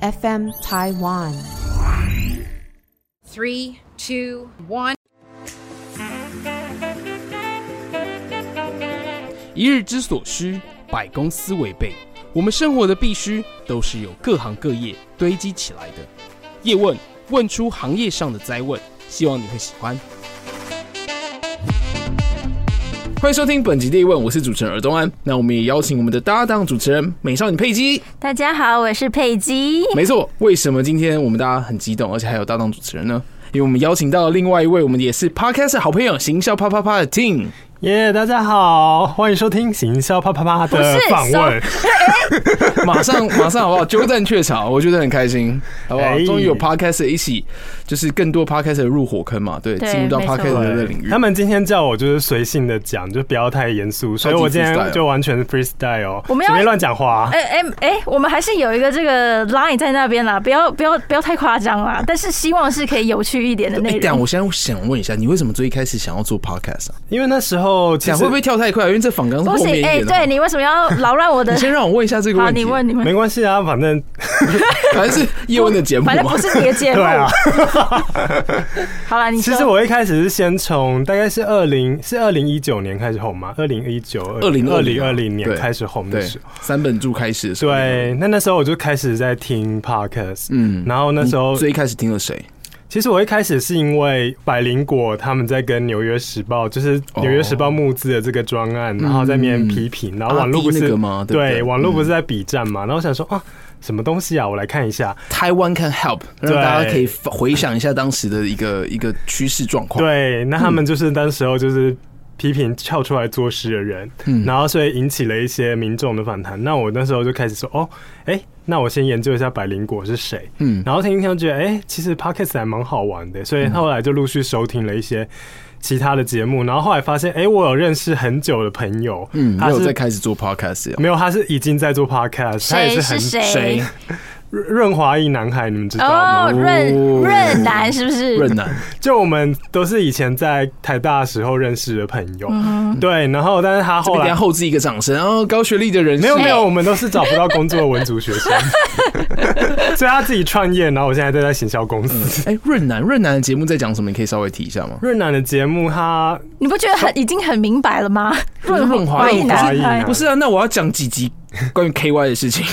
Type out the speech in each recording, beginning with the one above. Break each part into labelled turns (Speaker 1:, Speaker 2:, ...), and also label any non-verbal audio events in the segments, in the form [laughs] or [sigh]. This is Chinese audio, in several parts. Speaker 1: FM Taiwan。
Speaker 2: Three, two, one.
Speaker 3: 一日之所需，百公司为备。我们生活的必须，都是由各行各业堆积起来的。叶问问出行业上的灾问，希望你会喜欢。
Speaker 4: 欢迎收听本集《第一问》，我是主持人尔东安。那我们也邀请我们的搭档主持人美少女佩姬。
Speaker 5: 大家好，我是佩姬。
Speaker 4: 没错，为什么今天我们大家很激动，而且还有搭档主持人呢？因为我们邀请到了另外一位，我们也是 Podcast 的好朋友，行销啪啪啪的 Tim。
Speaker 6: 耶大家好，欢迎收听行销啪啪啪的
Speaker 5: 是
Speaker 6: 访问。
Speaker 4: [laughs] 马上马上好不好？鸠占鹊巢，我觉得很开心，好不好
Speaker 6: 哎？
Speaker 4: 终于有 Podcast 一起，就是更多 Podcast 入火坑嘛，对，
Speaker 5: 对
Speaker 4: 进入到
Speaker 5: 没错
Speaker 4: Podcast 的领域
Speaker 6: 他。们今天叫我就是随性的讲，就不要太严肃，所以我今天就完全 freestyle，哦
Speaker 5: 我们要
Speaker 6: 随便乱讲话。啊
Speaker 5: 哎哎哎，我们还是有一个这个 line 在那边啦，不要不要不要太夸张啦，但是希望是可以有趣一点的
Speaker 4: 哎
Speaker 5: 内
Speaker 4: 等一下
Speaker 5: 容。
Speaker 4: 我现在想问一下，你为什么最一开始想要做 podcast 啊？
Speaker 6: 因为那时候其
Speaker 4: 讲
Speaker 6: 实
Speaker 4: 会不会跳太快？因为这访纲是
Speaker 5: 不
Speaker 4: 后
Speaker 5: 行
Speaker 4: 面一，
Speaker 5: 哎、
Speaker 4: 点的。
Speaker 5: 对你为什么要扰乱我的
Speaker 4: [laughs] 你？先让我问一下这个
Speaker 5: 好，
Speaker 4: 问题。
Speaker 5: 你问你问
Speaker 6: 没，关系啊，反正
Speaker 5: 哎
Speaker 4: 反正是叶问的节目嘛，
Speaker 5: 反正不是你的节目
Speaker 6: [laughs] 对。啊。
Speaker 5: 好了，你
Speaker 6: 其
Speaker 5: 说
Speaker 6: 实我一开始是先从大概是二零是二零一九年开始红嘛，二零一九二
Speaker 4: 2020
Speaker 6: 二零二零年
Speaker 4: 对
Speaker 6: 开始红的
Speaker 4: 对
Speaker 6: 时候。
Speaker 4: 三本柱开始的时候，
Speaker 6: 对，那那时候我就开始在听 podcast，
Speaker 4: 嗯
Speaker 6: 然后那时候
Speaker 4: 你最一开始听了谁？
Speaker 6: 其实我一开始是因为百灵果他们在跟《纽约时报》，就是《
Speaker 4: 哦
Speaker 6: 纽约时报》募资的这个专案，然后在面批评，然后网络不
Speaker 4: 阿弟嗯那
Speaker 6: 是
Speaker 4: 个吗对不对
Speaker 6: 网络
Speaker 4: 嗯
Speaker 6: 不是在比战嘛，然后我想说啊，什么东西啊，我来看一下。
Speaker 4: 台湾 Can Help，让
Speaker 6: 对
Speaker 4: 大家可以回想一下当时的一个一个趋势状况。，
Speaker 6: 对，那他们就是当时候就是批评跳出来做事的人，
Speaker 4: 嗯
Speaker 6: 然后所以引起了一些民众的反弹。那我那时候就开始说，哦，哎、那我先研究一下百灵果是谁，
Speaker 4: 嗯
Speaker 6: 然后听一听就觉得，哎、其实 podcast 还蛮好玩的，所以后来就陆续收听了一些。其他的节目，然后后来发现，哎、我有认识很久的朋友，
Speaker 4: 嗯，
Speaker 6: 他
Speaker 4: 没有在
Speaker 6: 是
Speaker 4: 开始做 podcast 呀。
Speaker 6: 没有，他是已经在做 podcast，他也
Speaker 5: 谁
Speaker 6: 很
Speaker 5: 是谁？
Speaker 6: 润润滑一男孩，你们知道吗？
Speaker 5: 哦，润
Speaker 4: 哦
Speaker 5: 润南是不是？
Speaker 4: 润
Speaker 6: [laughs]
Speaker 4: 南，
Speaker 6: 就我们都是以前在台大时候认识的朋
Speaker 5: 嗯
Speaker 6: 友，对，然后但是他
Speaker 4: 这
Speaker 6: 后
Speaker 4: 边等一下
Speaker 6: 来。
Speaker 4: 后置一个掌声，然后高学历的人士
Speaker 6: 没有没有，
Speaker 5: 哎
Speaker 6: 我们都是找不到工作的文族
Speaker 4: [laughs]
Speaker 6: 学生，所以他自己创业，然后我现在都在行销公司。
Speaker 4: 哎，润南，润南的节目在讲什么？你可以稍微提一下吗？
Speaker 6: 润南的节目，他
Speaker 5: 你不觉得很已经很明白了吗？
Speaker 4: 是润滑
Speaker 5: 一
Speaker 4: 液
Speaker 6: 润滑液
Speaker 5: 男
Speaker 6: 男，
Speaker 4: 不是啊，那我要讲几集
Speaker 6: [laughs]
Speaker 4: 关于 KY 的事情。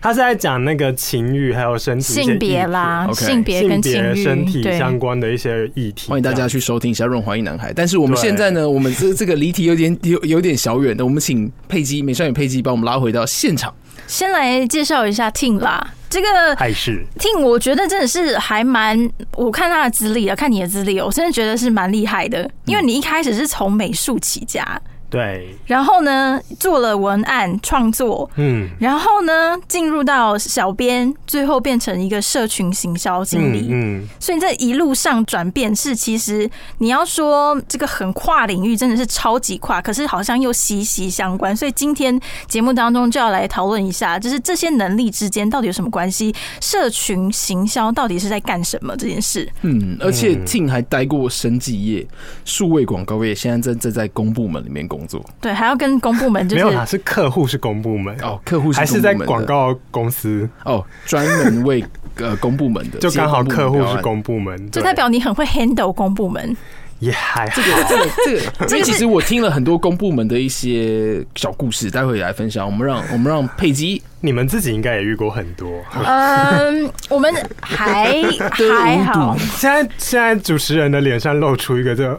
Speaker 6: 他是在讲那个情欲还有身体一些
Speaker 5: 性别
Speaker 6: 议
Speaker 5: 啦，
Speaker 4: OK，
Speaker 5: 性
Speaker 6: 题
Speaker 5: 别
Speaker 6: 性
Speaker 5: 跟情
Speaker 6: 别、
Speaker 5: 欲，
Speaker 6: 身体
Speaker 5: 对
Speaker 6: 相关的一些议题。
Speaker 4: 欢迎大
Speaker 6: 这
Speaker 4: 家
Speaker 6: 样
Speaker 4: 去收听一下《润滑一男孩》。但是我们
Speaker 6: 对
Speaker 4: 现在呢，我们这这个离题有点有有点小远的，我们请佩姬美少女佩姬帮我们拉回到现场。
Speaker 5: 先来介绍一下 Ting 啦，这个
Speaker 6: 爱是
Speaker 5: Ting 我觉得真的是还蛮，我看他的资历啊，看你的资历，我真的觉得是蛮厉害
Speaker 6: 嗯
Speaker 5: 的，因为你一开始是从美术起家，
Speaker 6: 对，
Speaker 5: 然后呢做了文案创作。
Speaker 6: 嗯
Speaker 5: 然后呢，进入到小编，最后变成一个社群行销经理，
Speaker 6: 嗯嗯，
Speaker 5: 所以这一路上转变是，其实你要说这个很跨领域，真的是超级跨，可是好像又息息相关。所以今天节目当中就要来讨论一下，就是这些能力之间到底有什么关系？社群行销到底是在干什么这件事？
Speaker 4: 嗯，而且 Ting 还待过生技业、数位广告业，现在正正在公部门里面工作。
Speaker 5: 对，还要跟公部门就
Speaker 6: 没有啦，
Speaker 5: 是。
Speaker 6: 是客户是公部门
Speaker 4: 哦，客户
Speaker 6: 还
Speaker 4: 是
Speaker 6: 是
Speaker 4: 公
Speaker 6: 在
Speaker 4: 部门的
Speaker 6: 广告公司，
Speaker 4: 哦，专门为呃公部门的，
Speaker 6: [laughs] 就刚好
Speaker 4: 接
Speaker 6: 客户
Speaker 4: 标
Speaker 6: 是
Speaker 4: 案。
Speaker 6: 公部门，
Speaker 5: 就
Speaker 6: 对
Speaker 5: 代表你很会 handle 公部门，
Speaker 6: 也还
Speaker 5: [laughs]
Speaker 6: 好。
Speaker 4: 这个这个，因
Speaker 5: 这
Speaker 4: 为
Speaker 5: 个
Speaker 4: 其
Speaker 5: 是
Speaker 4: 实我听了很多公部门的一些小故事，待会也来分享。我们让我们让佩姬
Speaker 6: 你们自己应该也遇过很多。
Speaker 5: 嗯，我们
Speaker 6: [laughs]
Speaker 5: 还还好，
Speaker 6: 现在现在主持人的脸上露出一个这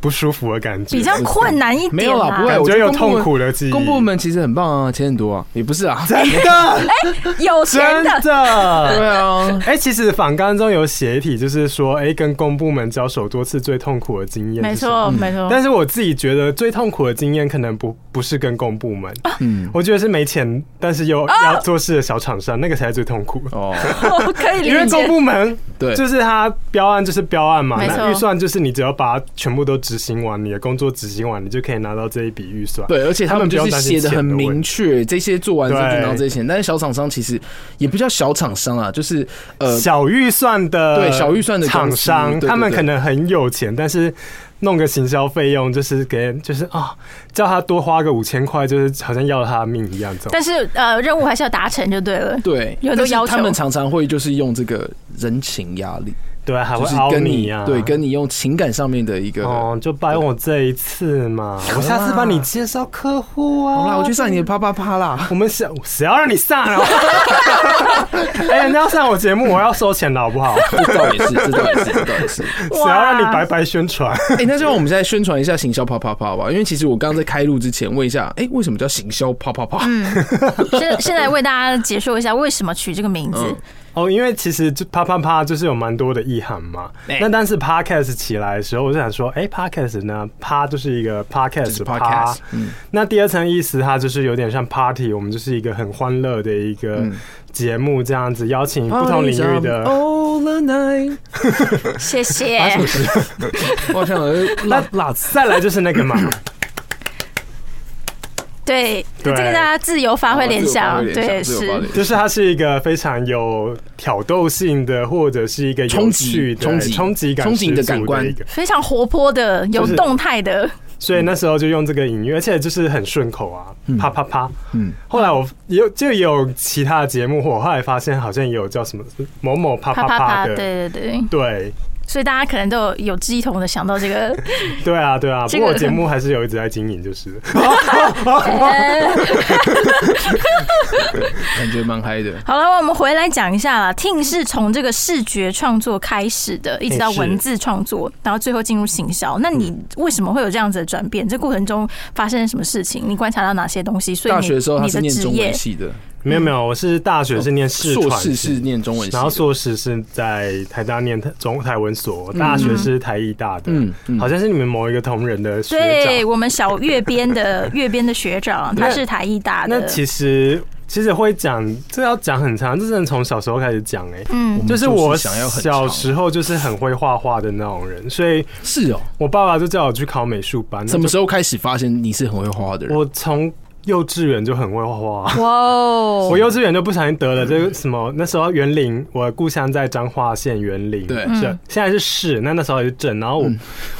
Speaker 6: 不舒服的感觉，
Speaker 5: 比较困难一
Speaker 4: 没
Speaker 5: 点
Speaker 4: 有啦，不会，
Speaker 6: 感
Speaker 4: 我
Speaker 6: 觉有
Speaker 4: 公部门
Speaker 6: 痛苦的记忆。
Speaker 4: 公部门其实很棒啊，钱很多啊，也不是啊，
Speaker 6: [laughs] 真的
Speaker 5: 有钱
Speaker 6: 真
Speaker 5: 的，
Speaker 6: 的。
Speaker 4: 对啊，
Speaker 6: 哎、其实访纲中有写一题，就是说，哎、跟公部门交手多次最痛苦的经验，
Speaker 5: 没错。没
Speaker 6: [laughs]
Speaker 5: 错。
Speaker 6: 但是我自己觉得最痛苦的经验，可能不不是跟公部门，
Speaker 4: 嗯，
Speaker 6: 我觉得是没钱，但是又
Speaker 5: 啊
Speaker 6: 要做事的小厂商，那个才是最痛苦。
Speaker 4: 哦，
Speaker 5: 我 [laughs] 可以
Speaker 6: 因为
Speaker 5: 理
Speaker 6: [laughs] 公
Speaker 5: 解，
Speaker 6: 部门
Speaker 4: [laughs] 对，
Speaker 6: 就是它标案就是标案嘛，
Speaker 5: 没错
Speaker 6: 那预算就是你只要把它全部都执行完，你的工作执行完，你就可以拿到这一笔预算。
Speaker 4: 对，而且他
Speaker 6: 他
Speaker 4: 们
Speaker 6: 们不
Speaker 4: 就
Speaker 6: 用
Speaker 4: 是
Speaker 6: 担
Speaker 4: 写
Speaker 6: 心
Speaker 4: 的
Speaker 6: 钱
Speaker 4: 很
Speaker 6: 的问
Speaker 4: 明
Speaker 6: 题
Speaker 4: 确，这些做完之后就
Speaker 6: 对
Speaker 4: 拿到这些钱。但是小厂商其实也不叫小厂商啊，就是呃，
Speaker 6: 小预算的
Speaker 4: 对小预算的公司
Speaker 6: 厂商，
Speaker 4: 对对
Speaker 6: 他们
Speaker 4: 对
Speaker 6: 可能很有钱，但是弄个行销费用，就是给就是啊，叫他多花个五千块，就是好像要了他的命一样，这种。
Speaker 5: 但是呃，任务还是要达成就对了。
Speaker 4: 对，
Speaker 5: 有很多
Speaker 4: 但是
Speaker 5: 要求
Speaker 4: 他们常常会就是用这个人情压力，
Speaker 6: 对啊，还
Speaker 4: 就
Speaker 6: 会
Speaker 4: 是
Speaker 6: 凹
Speaker 4: 跟
Speaker 6: 你啊，
Speaker 4: 对，跟你用情感上面的一个。
Speaker 6: 哦，就拜我这一次嘛，
Speaker 5: 啊
Speaker 6: 我下次帮你介绍客户啊。
Speaker 4: 好啦，我去上你的啪啪啪
Speaker 6: [laughs]
Speaker 4: 啦。
Speaker 6: 我们想谁要让你
Speaker 4: [laughs]
Speaker 6: 上啊？哎、人家要上我节目，我要收钱的好不好？
Speaker 4: 这倒也是，这倒也是，这倒也是。
Speaker 6: 谁要让你白白宣传？ [laughs]
Speaker 4: 哎、那就让我们再宣传一下行销啪啪啪吧，因为其实我刚刚在开录之前问一下，哎、为什么叫行销啪啪啪？
Speaker 5: 嗯现现在为大家解说一下为什么取这个名字。
Speaker 4: 嗯
Speaker 6: 哦，因为其实就啪啪啪就是有蛮多的意涵嘛。
Speaker 4: 对
Speaker 6: 那但是 podcast 起来的时候，我就想说，哎、p o d c a s t 呢，啪就是一个 podcast，
Speaker 4: 就是
Speaker 6: 啪
Speaker 4: podcast，嗯
Speaker 6: 那第二层意思，它就是有点像 party，我们就是一个很欢乐的一个
Speaker 4: 嗯哦
Speaker 6: 节目，这样子邀请不同领域的。
Speaker 5: 哦
Speaker 4: All the night，[laughs]
Speaker 5: 谢谢。
Speaker 4: 啊我好像有辣辣子。
Speaker 6: 再来就是
Speaker 4: [laughs]
Speaker 6: 那个嘛，
Speaker 5: [laughs] 对，这
Speaker 6: 对
Speaker 5: 个大家自由发挥联想，对
Speaker 4: 自由发
Speaker 5: 是
Speaker 4: 联。 [laughs] 想
Speaker 6: 就是它是一个非常有挑逗性的，或者是一个有
Speaker 4: 冲击、
Speaker 6: 趣的
Speaker 4: 冲击、
Speaker 6: 冲击感、
Speaker 4: 憧憬的感官
Speaker 6: 一个。
Speaker 5: 非常活泼的，有
Speaker 6: 就是
Speaker 5: 动态的，
Speaker 6: 所以那时候就用这个隐喻，而且就是很顺口啊，啪啪啪。
Speaker 4: 嗯，
Speaker 6: 后来我也有就也有其他的节目，我后来发现好像也有叫什么某某啪
Speaker 5: 啪啪
Speaker 6: 啪啪
Speaker 5: 啪，
Speaker 6: 的，
Speaker 5: 对对对，
Speaker 6: 对
Speaker 5: 所以大家可能都有有志一同的想到这个， [laughs]
Speaker 6: 对啊对啊。
Speaker 5: 这
Speaker 6: 不
Speaker 5: 个
Speaker 6: 过我节目还是有一直在经营，就是
Speaker 5: 呃
Speaker 4: 感觉蛮嗨的。
Speaker 5: 好了，我们回来讲一下啦。听是从这个视觉创作开始的，一直到
Speaker 6: 哎是
Speaker 5: 文字创作，然后最后进入行销。那你
Speaker 4: 嗯
Speaker 5: 为什么会有这样子的转变？这过程中发生了什么事情？你观察到哪些东西？所以
Speaker 4: 大
Speaker 5: 你
Speaker 4: 学的时候他
Speaker 5: 你
Speaker 4: 是
Speaker 5: 的
Speaker 4: 念
Speaker 5: 职
Speaker 4: 中文
Speaker 5: 业
Speaker 4: 系的，哦
Speaker 6: 没有没有，我是大学是念视
Speaker 4: 硕
Speaker 6: 传
Speaker 4: 士是
Speaker 6: 系。
Speaker 4: 念中文系的，
Speaker 6: 然后硕士是在台大念中台文
Speaker 5: 嗯
Speaker 6: 所，大学是台艺大的，
Speaker 4: 嗯嗯
Speaker 6: 好像是你们某一个同仁的学长
Speaker 5: 对，我们小月编的月编的学长，他是台艺大的。
Speaker 6: 那其实其实会讲，这要讲很长，这真的从小时候开始讲哎、
Speaker 5: 嗯，
Speaker 6: 就是
Speaker 4: 我
Speaker 6: 我
Speaker 4: 们就是想要很长
Speaker 6: 小时候就是很会画画的那种人，所以
Speaker 4: 是哦。
Speaker 6: 我爸爸就叫我去考美术班。
Speaker 4: 什么时候开始发现你是很会画画的人？
Speaker 6: 我从幼稚园就很会画画。
Speaker 5: 哇哦
Speaker 6: [laughs] 我幼稚园就不小心得了这个什么，那时候园林，我故乡在彰化县园林，
Speaker 4: 对
Speaker 5: 嗯
Speaker 4: 嗯
Speaker 6: 是现在是市，那那时候还是镇。然后我，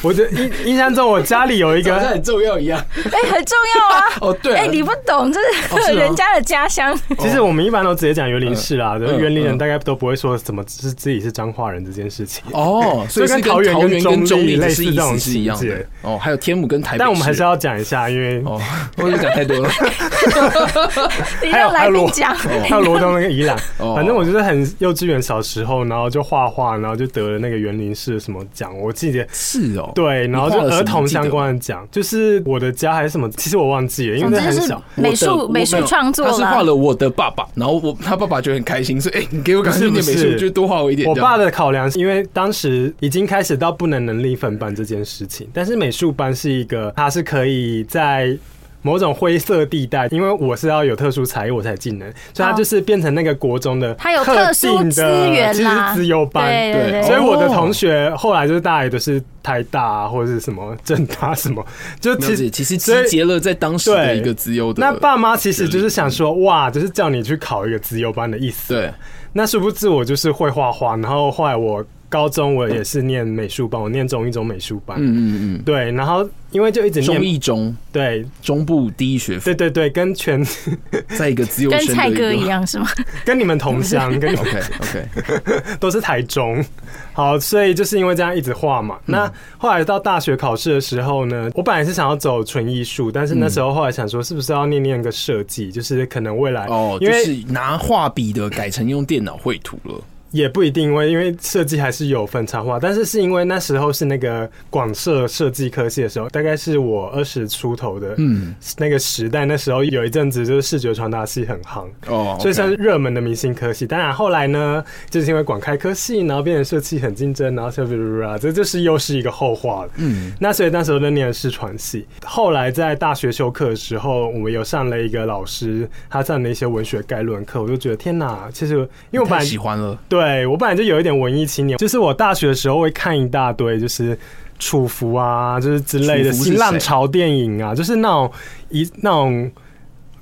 Speaker 6: 我就印印象中我家里有一
Speaker 4: [laughs] 好像
Speaker 6: 个，
Speaker 4: 很重要一样。！
Speaker 5: 哎、很重要
Speaker 6: [laughs]
Speaker 5: 啊
Speaker 4: 哦，对啊，
Speaker 5: 哎、你不懂，这
Speaker 4: 哦是
Speaker 5: 是
Speaker 4: 吗
Speaker 5: 人家的家乡。
Speaker 6: 其实我们一般都直接讲园林市啦，就是
Speaker 4: 嗯
Speaker 6: 园林人
Speaker 4: 嗯
Speaker 6: 大概都不会说怎么是自己是彰化人这件事情。
Speaker 4: 哦，所以是
Speaker 6: 所以
Speaker 4: 跟
Speaker 6: 跟桃园
Speaker 4: 桃园跟
Speaker 6: 跟中
Speaker 4: 中
Speaker 6: 立
Speaker 4: 立
Speaker 6: 类
Speaker 4: 是
Speaker 6: 似
Speaker 4: 意
Speaker 6: 这种
Speaker 4: 思是一样
Speaker 6: 情
Speaker 4: 的
Speaker 6: 节
Speaker 4: 哦，还有天母跟台北市，
Speaker 6: 但我们还是要讲一下，因为
Speaker 4: 哦，我就讲太多了
Speaker 5: 你
Speaker 6: 还有
Speaker 5: 让来
Speaker 6: 还有
Speaker 5: 宾
Speaker 6: 我
Speaker 5: 讲，
Speaker 6: 还有罗东那个宜兰
Speaker 4: [laughs] 哦，
Speaker 6: 反正我就是很幼稚园小时候，然后就画画，然后就得了那个园林市什么奖，我记得。
Speaker 4: 是哦，
Speaker 6: 对，然后就
Speaker 4: 你画了什么
Speaker 6: 儿童相关的奖，就是我的家还是什么，其实我忘记了，因为
Speaker 5: 总
Speaker 6: 那
Speaker 5: 之
Speaker 6: 很
Speaker 5: 就是
Speaker 6: 小。
Speaker 5: 美
Speaker 4: 我的
Speaker 5: 术
Speaker 4: 我
Speaker 5: 美术
Speaker 4: 没有
Speaker 5: 创作
Speaker 4: 他是画
Speaker 5: 啦。
Speaker 4: 了我的爸爸，然后我他爸爸就很开心，说：“哎，你给我赶快
Speaker 6: 不
Speaker 4: 一
Speaker 6: 是
Speaker 4: 点美
Speaker 6: 不
Speaker 4: 术，
Speaker 6: 是
Speaker 4: 就多画我一点。
Speaker 6: 我
Speaker 4: 这样”
Speaker 6: 爸的考量是因为当时已经开始到不能能力分班这件事情，但是美术班是一个，它是可以在。某种灰色地带，因为我是要有特殊才艺我才进能，所以它
Speaker 5: 哦
Speaker 6: 就是变成那个国中的
Speaker 5: 它有
Speaker 6: 特
Speaker 5: 特殊
Speaker 6: 定的
Speaker 5: 资源
Speaker 6: 其实
Speaker 5: 啦
Speaker 6: 是资优班，
Speaker 5: 对
Speaker 4: 对
Speaker 5: 对对，
Speaker 6: 所以我的
Speaker 4: 哦
Speaker 6: 同学后来就是大家也都是台大、啊、或者是什么政大啊什么，就
Speaker 4: 了
Speaker 6: 其
Speaker 4: 解，
Speaker 6: 实
Speaker 4: 其实集
Speaker 6: 所以
Speaker 4: 结了在当时的一个自由的
Speaker 6: 那爸妈其实就是想说，哇，就是叫你去考一个资优班的意思。
Speaker 4: 对
Speaker 6: 那殊不知我就是会画画，然后后来我高中我也是念美术班，我念中一中美术班。
Speaker 4: 嗯嗯
Speaker 6: 对，然后因为就一直
Speaker 4: 嗯，中
Speaker 6: 念，
Speaker 4: 一中
Speaker 6: 对
Speaker 4: 中部第一学府
Speaker 6: 对，对对，跟全
Speaker 4: 在一个自由
Speaker 5: 跟
Speaker 4: 生的
Speaker 5: 蔡
Speaker 4: 一
Speaker 5: 哥
Speaker 4: 个 [laughs]
Speaker 5: 一。样
Speaker 6: [laughs]
Speaker 5: 是吗？
Speaker 6: 跟你们同乡，跟你
Speaker 4: OK OK，
Speaker 6: 都是台中。好，所以就是因为这样一直画嘛。
Speaker 4: 嗯
Speaker 6: 那后来到大学考试的时候呢，我本来是想要走纯艺术，但
Speaker 4: 嗯
Speaker 6: 是那时候后来想说，是不是要念念个设计，就是可能未来
Speaker 4: 哦，
Speaker 6: 因
Speaker 4: 就
Speaker 6: 为
Speaker 4: 是拿画笔的改成用电脑绘图了。
Speaker 6: 也不一定，因为因为设计还是有分插画，但是是因为那时候是那个广设设计科系的时候，大概是我二十出头的，
Speaker 4: 嗯，
Speaker 6: 那个时代，那时候有一阵子就是视觉传达系很夯。
Speaker 4: 哦，
Speaker 6: 所以算
Speaker 4: OK
Speaker 6: 是热门的明星科系，当然后来呢，就是因为广开科系，然后变成设计很竞争，然后就不不不，这就是又是一个后话了。
Speaker 4: 嗯，
Speaker 6: 那所以那时候就念的是传系，后来在大学修课的时候，我们有上了一个老师，他上了一些文学概论课，我就觉得天哪，其实因为我本
Speaker 4: 太
Speaker 6: 来
Speaker 4: 喜欢了。
Speaker 6: 对我本来就有一点文艺青年，就是我大学的时候会看一大堆，就是楚服啊，就是之类的
Speaker 4: 楚服是
Speaker 6: 新浪潮电影啊，就是那种一那种。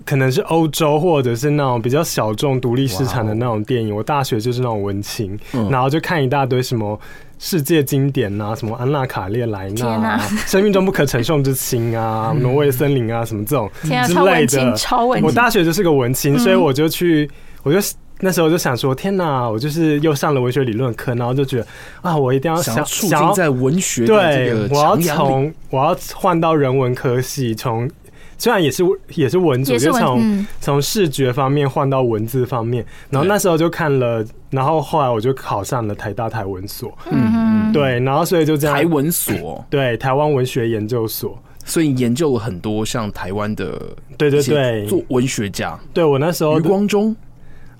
Speaker 6: 可能是欧洲，或者是那种比较小众、独立市场的那种电影。我大学就是那种文青，
Speaker 4: 哦嗯
Speaker 6: 然后就看一大堆什么世界经典呐、什么安娜卡列莱娜、
Speaker 5: 天啊
Speaker 6: 生命中不可承受之轻
Speaker 4: [laughs]
Speaker 6: 啊、挪威森林啊什么这种
Speaker 5: 天啊，
Speaker 6: 之
Speaker 5: 超
Speaker 6: 类
Speaker 5: 文青，
Speaker 6: 的。
Speaker 5: 超文
Speaker 6: 我
Speaker 5: 青，
Speaker 6: 大学就是个文青，
Speaker 5: 嗯
Speaker 6: 所以我就去，我就那时候就想说，天哪，我就是又上了文学理论课，然后就觉得啊，我一定要
Speaker 4: 想
Speaker 6: 想
Speaker 4: 要促
Speaker 6: 想
Speaker 4: 进在文学的这
Speaker 6: 对
Speaker 4: 个，
Speaker 6: 我要
Speaker 4: 徜徉里
Speaker 6: 从我要换到人文科系，从虽然也是也是文组，
Speaker 5: 也是
Speaker 6: 就
Speaker 5: 文
Speaker 6: 从
Speaker 5: 嗯，
Speaker 6: 从视觉方面换到文字方面，然后那时候就看了，然后后来我就考上了台大台文所，
Speaker 5: 嗯，
Speaker 6: 对，然后所以就这
Speaker 4: 台
Speaker 6: 样，
Speaker 4: 文所，
Speaker 6: 对，台湾文学研究所，
Speaker 4: 所以你研究了很多像台湾的
Speaker 6: 对对
Speaker 4: 一些
Speaker 6: 对，哦
Speaker 4: 做文学家
Speaker 6: 对我那时候
Speaker 4: 余光中，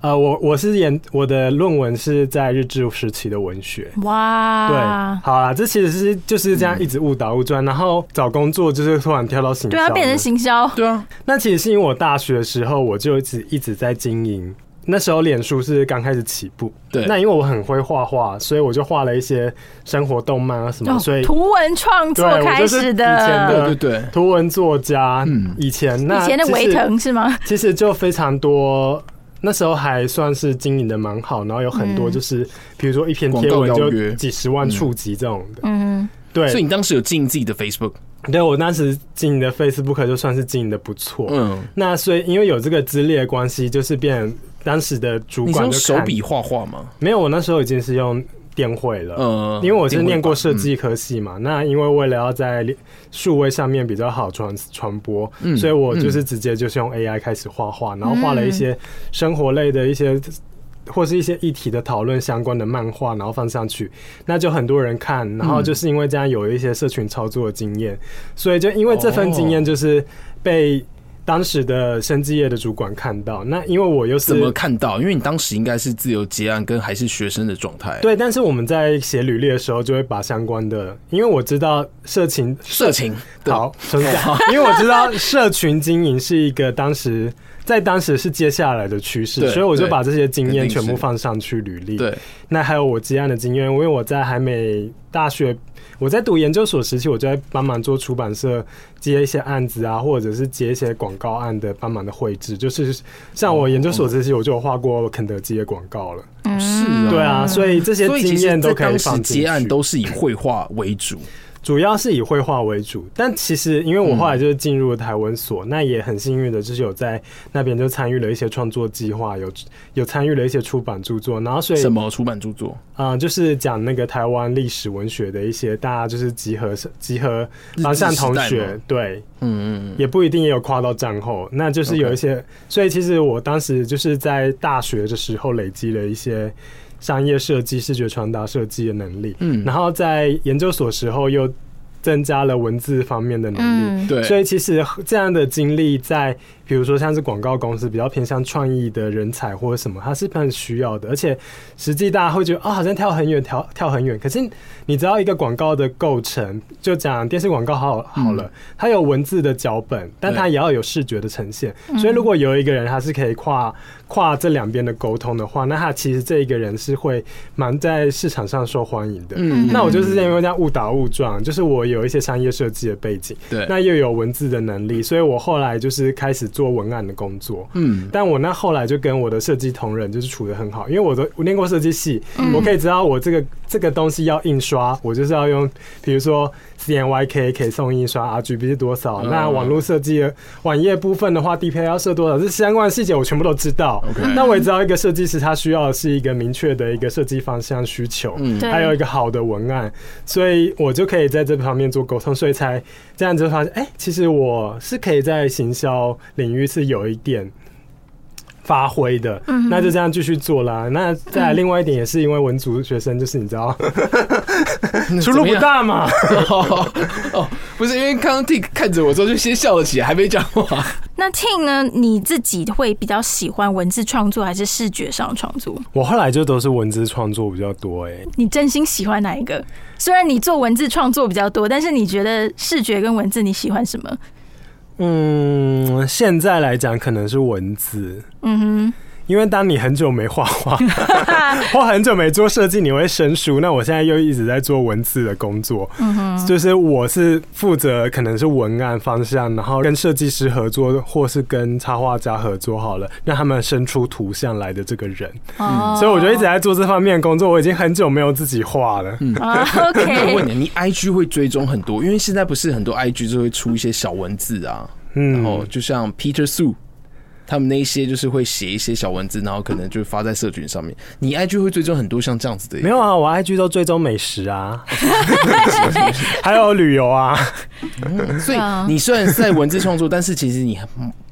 Speaker 6: 呃，我我是研我的论文是在日治时期的文学。对，
Speaker 5: 哇，
Speaker 6: 好啦，这其实是就是这样
Speaker 4: 嗯
Speaker 6: 一直误打误撞，然后找工作就是突然跳到行销
Speaker 5: 对
Speaker 6: 嘛，
Speaker 5: 啊，变成行销，
Speaker 4: 对啊，
Speaker 6: 那其实是因为我大学的时候，我就一直一直在经营。那时候脸书是刚开始起步，
Speaker 4: 对
Speaker 6: 那因为我很会画画，所以我就画了一些生活动漫啊什么，
Speaker 5: 哦
Speaker 6: 所以
Speaker 5: 图文创作
Speaker 6: 对我
Speaker 5: 开
Speaker 6: 就是
Speaker 5: 始
Speaker 6: 以前
Speaker 5: 的
Speaker 6: 的，
Speaker 4: 对对对，
Speaker 6: 图文作家，
Speaker 4: 嗯
Speaker 6: 以前那
Speaker 5: 以前的
Speaker 6: 其实
Speaker 5: 维腾是吗？
Speaker 6: 其实就非常多。那时候还算是经营的蛮好，然后有很
Speaker 5: 嗯
Speaker 6: 多就是，比如说一篇
Speaker 4: 广
Speaker 6: 贴
Speaker 4: 告
Speaker 6: 文
Speaker 4: 邀
Speaker 6: 就
Speaker 4: 约
Speaker 6: 几十万触及这种的，
Speaker 5: 嗯，
Speaker 4: 所以
Speaker 6: 对，
Speaker 4: 你当时有经营自己的 Facebook，
Speaker 6: 对我当时经营的 Facebook 就算是经营的不错，
Speaker 4: 嗯，
Speaker 6: 那所以因为有这个资历的关系，就是变当时的主
Speaker 4: 你是
Speaker 6: 管
Speaker 4: 用
Speaker 6: 就
Speaker 4: 手
Speaker 6: 看
Speaker 4: 笔画画吗？
Speaker 6: 没有，我那时候已经是用电绘了。
Speaker 4: 呃，
Speaker 6: 因为我是念过设
Speaker 4: 嗯，
Speaker 6: 计科系嘛，那因为为了要在数位上面比较好传传播，
Speaker 4: 嗯
Speaker 6: 所以我就是直接就是用 AI 开始画画，然后画了一些生活类的一些或是一些议题的讨论相关的漫画，然后放上去，那就很多人看，然后就是因为这样有一些社群操作的经验，所以就因为这份经
Speaker 4: 哦
Speaker 6: 验就是被当时的生技业的主管看到，那因为我又是
Speaker 4: 怎么看到？因为你当时应该是自由结案跟还是学生的状态，，
Speaker 6: 对，但是我们在写履历的时候，就会把相关的，因为我知道社群
Speaker 4: 色情，对，
Speaker 6: 好存在，
Speaker 4: [laughs]
Speaker 6: 因为我知道社群经营是一个当时在当时是接下来的趋势
Speaker 4: 对，
Speaker 6: 所以我就
Speaker 4: 对
Speaker 6: 把这些经
Speaker 4: 肯
Speaker 6: 验
Speaker 4: 定
Speaker 6: 全部
Speaker 4: 是
Speaker 6: 放上去履历。，
Speaker 4: 对，
Speaker 6: 那还有我接案的经验，因为我在还美大学，我在读研究所时期，我就在帮忙做出版社接一些案子啊，或者是接一些广告案的帮忙的绘制，就是像我研究所时期，我就有画过肯德基的广告了。
Speaker 4: 是啊，
Speaker 6: 对啊，所以这些
Speaker 4: 所以其
Speaker 6: 经
Speaker 4: 实
Speaker 6: 验
Speaker 4: 在
Speaker 6: 都可以
Speaker 4: 当时
Speaker 6: 放进
Speaker 4: 结案
Speaker 6: 去
Speaker 4: 都是以绘画为主，
Speaker 6: 主要是以绘画为主，但其实因为我后来就是进入了台文所，那也很幸运的就是有在那边就参与了一些创作计划，有有参与了一些出版著作，然后所以
Speaker 4: 什么出版著作？
Speaker 6: 啊、呃就是讲那个台湾历史文学的一些，大家就是集合集合
Speaker 4: 日
Speaker 6: 方
Speaker 4: 治
Speaker 6: 向同
Speaker 4: 时代
Speaker 6: 学
Speaker 4: 吗，
Speaker 6: 对，
Speaker 4: 嗯嗯
Speaker 6: 也不一定也有跨到战后，那就是有一些所以其实我当时就是在大学的时候累积了一些商业设计、视觉传达设计的能力，
Speaker 4: 嗯
Speaker 6: 然后在研究所时候又增加了文字方面的能力。
Speaker 5: 嗯，
Speaker 4: 对，
Speaker 6: 所以其实这样的经历在，比如说像是广告公司比较偏向创意的人才或者什么，它是很需要的。而且实际大家会觉得啊、好像跳很远，跳跳很远。嗯可是你知道一个广告的构成，就讲电视广告好好了，它有文字的脚本，但它
Speaker 4: 对
Speaker 6: 也要有视觉的呈现。所以如果有一个人他是可以跨跨这两边的沟通的话，那他其实这一个人是会蛮在市场上受欢迎的。
Speaker 4: 嗯
Speaker 6: 那我就是因为这样误打误撞，就是我有一些商业设计的背景，
Speaker 4: 对，
Speaker 6: 那又有文字的能力，所以我后来就是开始做文案的工作。
Speaker 4: 嗯，
Speaker 6: 但我那后来就跟我的设计同仁就是处的很好，因为我的我念过设计系，
Speaker 4: 嗯
Speaker 6: 我可以知道我这个这个东西要印刷，我就是要用，比如说 CMYK 可以送印刷，RGB 是多少？
Speaker 4: 嗯
Speaker 6: 那网络设计的网页部分的话，DPI 要设多少？这相关的细节我全部都知道。
Speaker 4: OK
Speaker 6: 那我也知道一个设计师他需要的是一个明确的一个设计方向需求，
Speaker 4: 嗯
Speaker 5: 对
Speaker 6: 还有一个好的文案，所以我就可以在这方面做沟通，所以才这样子发现，哎、其实我是可以在行销领域是有一点发挥的，
Speaker 5: 嗯
Speaker 6: 那就这样继续做啦。那再来另外一点，也是因为文组学生就是你知道
Speaker 4: [laughs]
Speaker 6: 出路不大嘛，
Speaker 4: 哦哦，不是因为刚刚 Tick 看着我之后就先笑了起来，还没讲话。
Speaker 5: 那 Ting 呢？你自己会比较喜欢文字创作还是视觉上创作？
Speaker 6: 我后来就都是文字创作比较多、哎，
Speaker 5: 你真心喜欢哪一个？虽然你做文字创作比较多，但是你觉得视觉跟文字你喜欢什么？
Speaker 6: 嗯，现在来讲可能是文字，
Speaker 5: 嗯哼，
Speaker 6: 因为当你很久没画
Speaker 5: [laughs]
Speaker 6: 画，或很久没做设计，你会生疏。那我现在又一直在做文字的工作，
Speaker 5: 嗯
Speaker 6: 就是我是负责可能是文案方向，然后跟设计师合作，或是跟插画家合作好了，让他们生出图像来的这个人。
Speaker 5: 哦
Speaker 6: 所以我就一直在做这方面的工作，我已经很久没有自己画了。
Speaker 5: 啊
Speaker 4: 那我问
Speaker 5: ，OK， [laughs]
Speaker 4: 你，你 IG 会追踪很多，因为现在不是很多 IG 就会出一些小文字啊，然后
Speaker 6: 嗯，
Speaker 4: 就像 Peter Su，他们那一些就是会写一些小文字，然后可能就发在社群上面。你 IG 会追踪很多像这样子的，
Speaker 6: 没有啊，我 IG 都追踪美食啊， [laughs] 还有旅游啊。
Speaker 4: 嗯？所以
Speaker 5: 啊
Speaker 4: 你虽然是在文字创作，但是其实你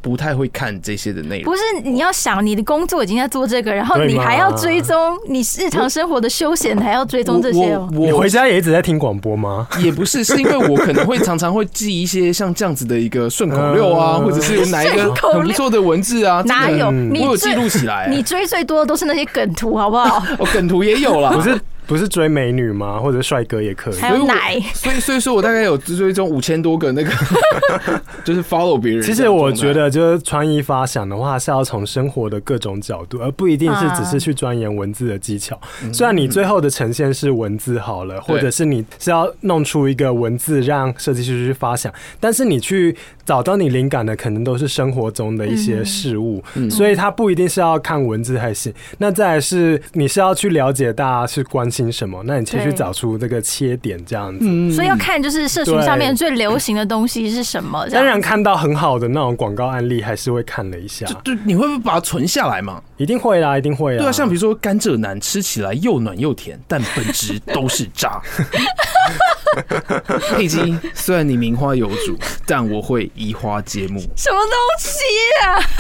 Speaker 4: 不太会看这些的内容。
Speaker 5: 不是你要想你的工作已经在做这个，然后
Speaker 6: 对
Speaker 5: 你
Speaker 6: 嘛
Speaker 5: 还要追踪你日常生活的休闲，还要追踪这些哦。
Speaker 4: 我
Speaker 6: 你
Speaker 4: 我我
Speaker 6: 回家也一直在听广播吗？
Speaker 4: 也不是，是因为我可能会常常会记一些像这样子的一个顺口溜啊，
Speaker 6: 嗯
Speaker 4: 或者是有哪一个
Speaker 5: 顺口溜
Speaker 4: 很不错的文字啊，
Speaker 5: 哪
Speaker 4: 真的
Speaker 5: 有
Speaker 6: 嗯
Speaker 5: 你
Speaker 4: 我有记
Speaker 5: 最
Speaker 4: 录起来、
Speaker 5: 你追最多的都是那些梗图，好不好？
Speaker 4: 哦，梗图也有啦，
Speaker 6: 不是不是追美女吗？或者帅哥也可以。
Speaker 5: 还有
Speaker 4: 所以我
Speaker 5: 奶，
Speaker 4: 所以所以说我大概有追踪五千多个那个，就是 follow 别人。
Speaker 6: 其实我觉，得，就是穿衣发想的话，是要从生活的各种角度，而不一定是只是去钻研文字的技巧。虽然你最后的呈现是文字好了，或者是你是要弄出一个文字让设计师去发想，但是你去找到你灵感的，可能都是生活中的一些事物，所以它不一定是要看文字才行。那再来是你是要去了解大家是关心什么，那你先去
Speaker 5: 对
Speaker 6: 找出这个切点这样子。
Speaker 5: 所以要看就是社群上面最流行的东西是什么。这样
Speaker 6: 当然，看到很好的那种广告案例，还是会看了一下，
Speaker 4: 就你会不会把它存下来嘛？
Speaker 6: 一定会啦，一定会啦。
Speaker 4: 对啊，像比如说甘蔗男吃起来又软又甜，但本质都是渣。佩姬， [laughs] 虽然你名花有主，但我会移花接木。
Speaker 5: 什么东西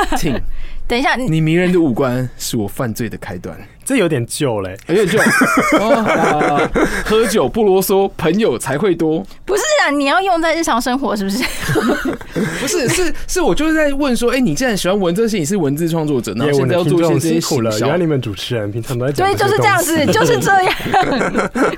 Speaker 5: 啊？
Speaker 4: 请
Speaker 5: 等一下，你
Speaker 4: 你迷人的五官是我犯罪的开端。
Speaker 6: 这有点旧嘞、
Speaker 4: 而且就、 [laughs] 哦好好好喝酒不啰嗦，朋友才会多。
Speaker 5: 不是啊？你要用在日常生活是不是？
Speaker 4: 不是，是是，我就是在问说，哎、你既然喜欢文字信，你是文字创作者，然
Speaker 6: 耶
Speaker 4: 后
Speaker 6: 我
Speaker 4: 现在
Speaker 6: 的
Speaker 4: 要
Speaker 6: 听
Speaker 4: 做一些
Speaker 6: 众
Speaker 4: 这些
Speaker 6: 辛苦了，
Speaker 4: 行销
Speaker 6: 原来你们主持人平常都在讲
Speaker 5: 对，
Speaker 6: 些
Speaker 5: 就是这样
Speaker 6: 东西
Speaker 5: 子，就是这
Speaker 6: [laughs]
Speaker 5: 样。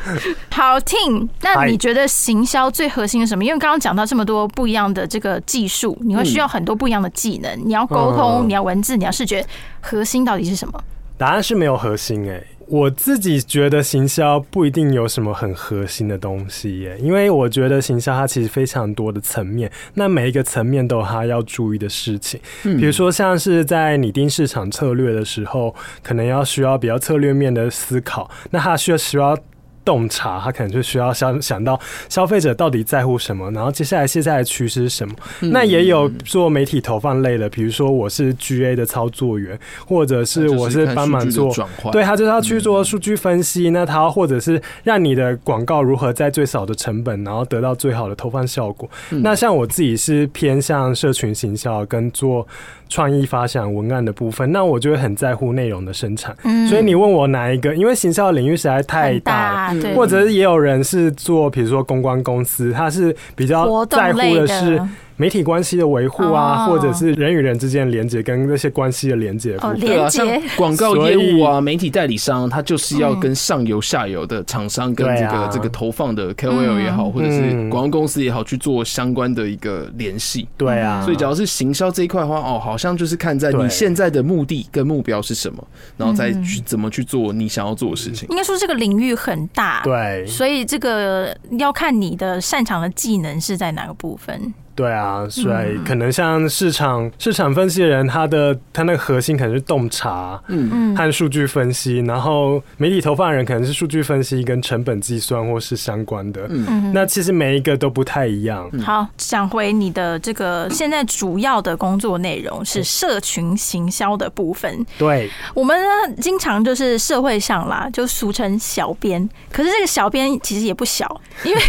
Speaker 5: 好听。那
Speaker 6: 嗨
Speaker 5: 你觉得行销最核心是什么？因为刚刚讲到这么多不一样的这个技术，你会需要很多不一样的技能，你要沟通，
Speaker 6: 嗯
Speaker 5: 你要文字，你要视觉，核心到底是什么？
Speaker 6: 答案是没有核心哎、我自己觉得行销不一定有什么很核心的东西耶、因为我觉得行销它其实非常多的层面，那每一个层面都有它要注意的事情。比如说像是在拟定市场策略的时候，可能要需要比较策略面的思考，那它需要需要。洞察，它可能就需要想想到消费者到底在乎什么，然后接下来现在的趋势是什么。那也有做媒体投放类的，比如说我是 GA 的操作员，或者是我是帮忙做
Speaker 4: 转换，
Speaker 6: 对，他就是要去做数据分析，那他或者是让你的广告如何在最少的成本，然后得到最好的投放效果。那像我自己是偏向社群行销跟做创意发想文案的部分，那我就会很在乎内容的生产。
Speaker 5: 嗯
Speaker 6: 所以你问我哪一个，因为行销的领域实在太
Speaker 5: 很
Speaker 6: 大
Speaker 5: 大，
Speaker 6: 了。
Speaker 5: 对，
Speaker 6: 或者是也有人是做，比如说公关公司，他是比较
Speaker 5: 活动
Speaker 6: 在乎
Speaker 5: 类
Speaker 6: 的是媒体关系的维护啊，
Speaker 5: 哦
Speaker 6: 或者是人与人之间的连接跟那些关系的连接的部
Speaker 5: 哦，
Speaker 6: 分。
Speaker 4: 对
Speaker 5: 连
Speaker 4: 啊，像
Speaker 5: 接。嗯
Speaker 4: 广告业务啊，媒体代理商，他就是要跟上游、下游的厂商跟这
Speaker 6: 对
Speaker 4: 个
Speaker 6: 啊嗯
Speaker 4: 这个投放的 KOL
Speaker 5: 嗯
Speaker 4: 也好，或者是广告公司也好，去做相关的一个联系。
Speaker 6: 对啊，
Speaker 4: 嗯所以，只要是行销这一块的话，哦，好像就是看在你
Speaker 6: 对
Speaker 4: 现在的目的跟目标是什么，然后再
Speaker 5: 嗯
Speaker 4: 去怎么去做你想要做的事情。
Speaker 6: 嗯
Speaker 5: 应该说这个领域很大，
Speaker 6: 对，
Speaker 5: 所以这个要看你的擅长的技能是在哪个部分。
Speaker 6: 对啊，所以可能像市场、
Speaker 4: 嗯
Speaker 6: 市场分析的人，他的他那个核心可能是洞察
Speaker 4: 嗯，
Speaker 5: 嗯，
Speaker 6: 和数据分析，然后媒体投放人可能是数据分析跟成本计算或是相关的。
Speaker 5: 嗯
Speaker 6: 那其实每一个都不太
Speaker 4: 嗯
Speaker 6: 一样。
Speaker 5: 好，讲回你的这个现在主要的工作内容是社群行销的部分。
Speaker 6: 对，
Speaker 5: 我们呢，经常就是社会上啦，就俗称小编。可是这个小编其实也不小，因
Speaker 6: [laughs]
Speaker 5: 为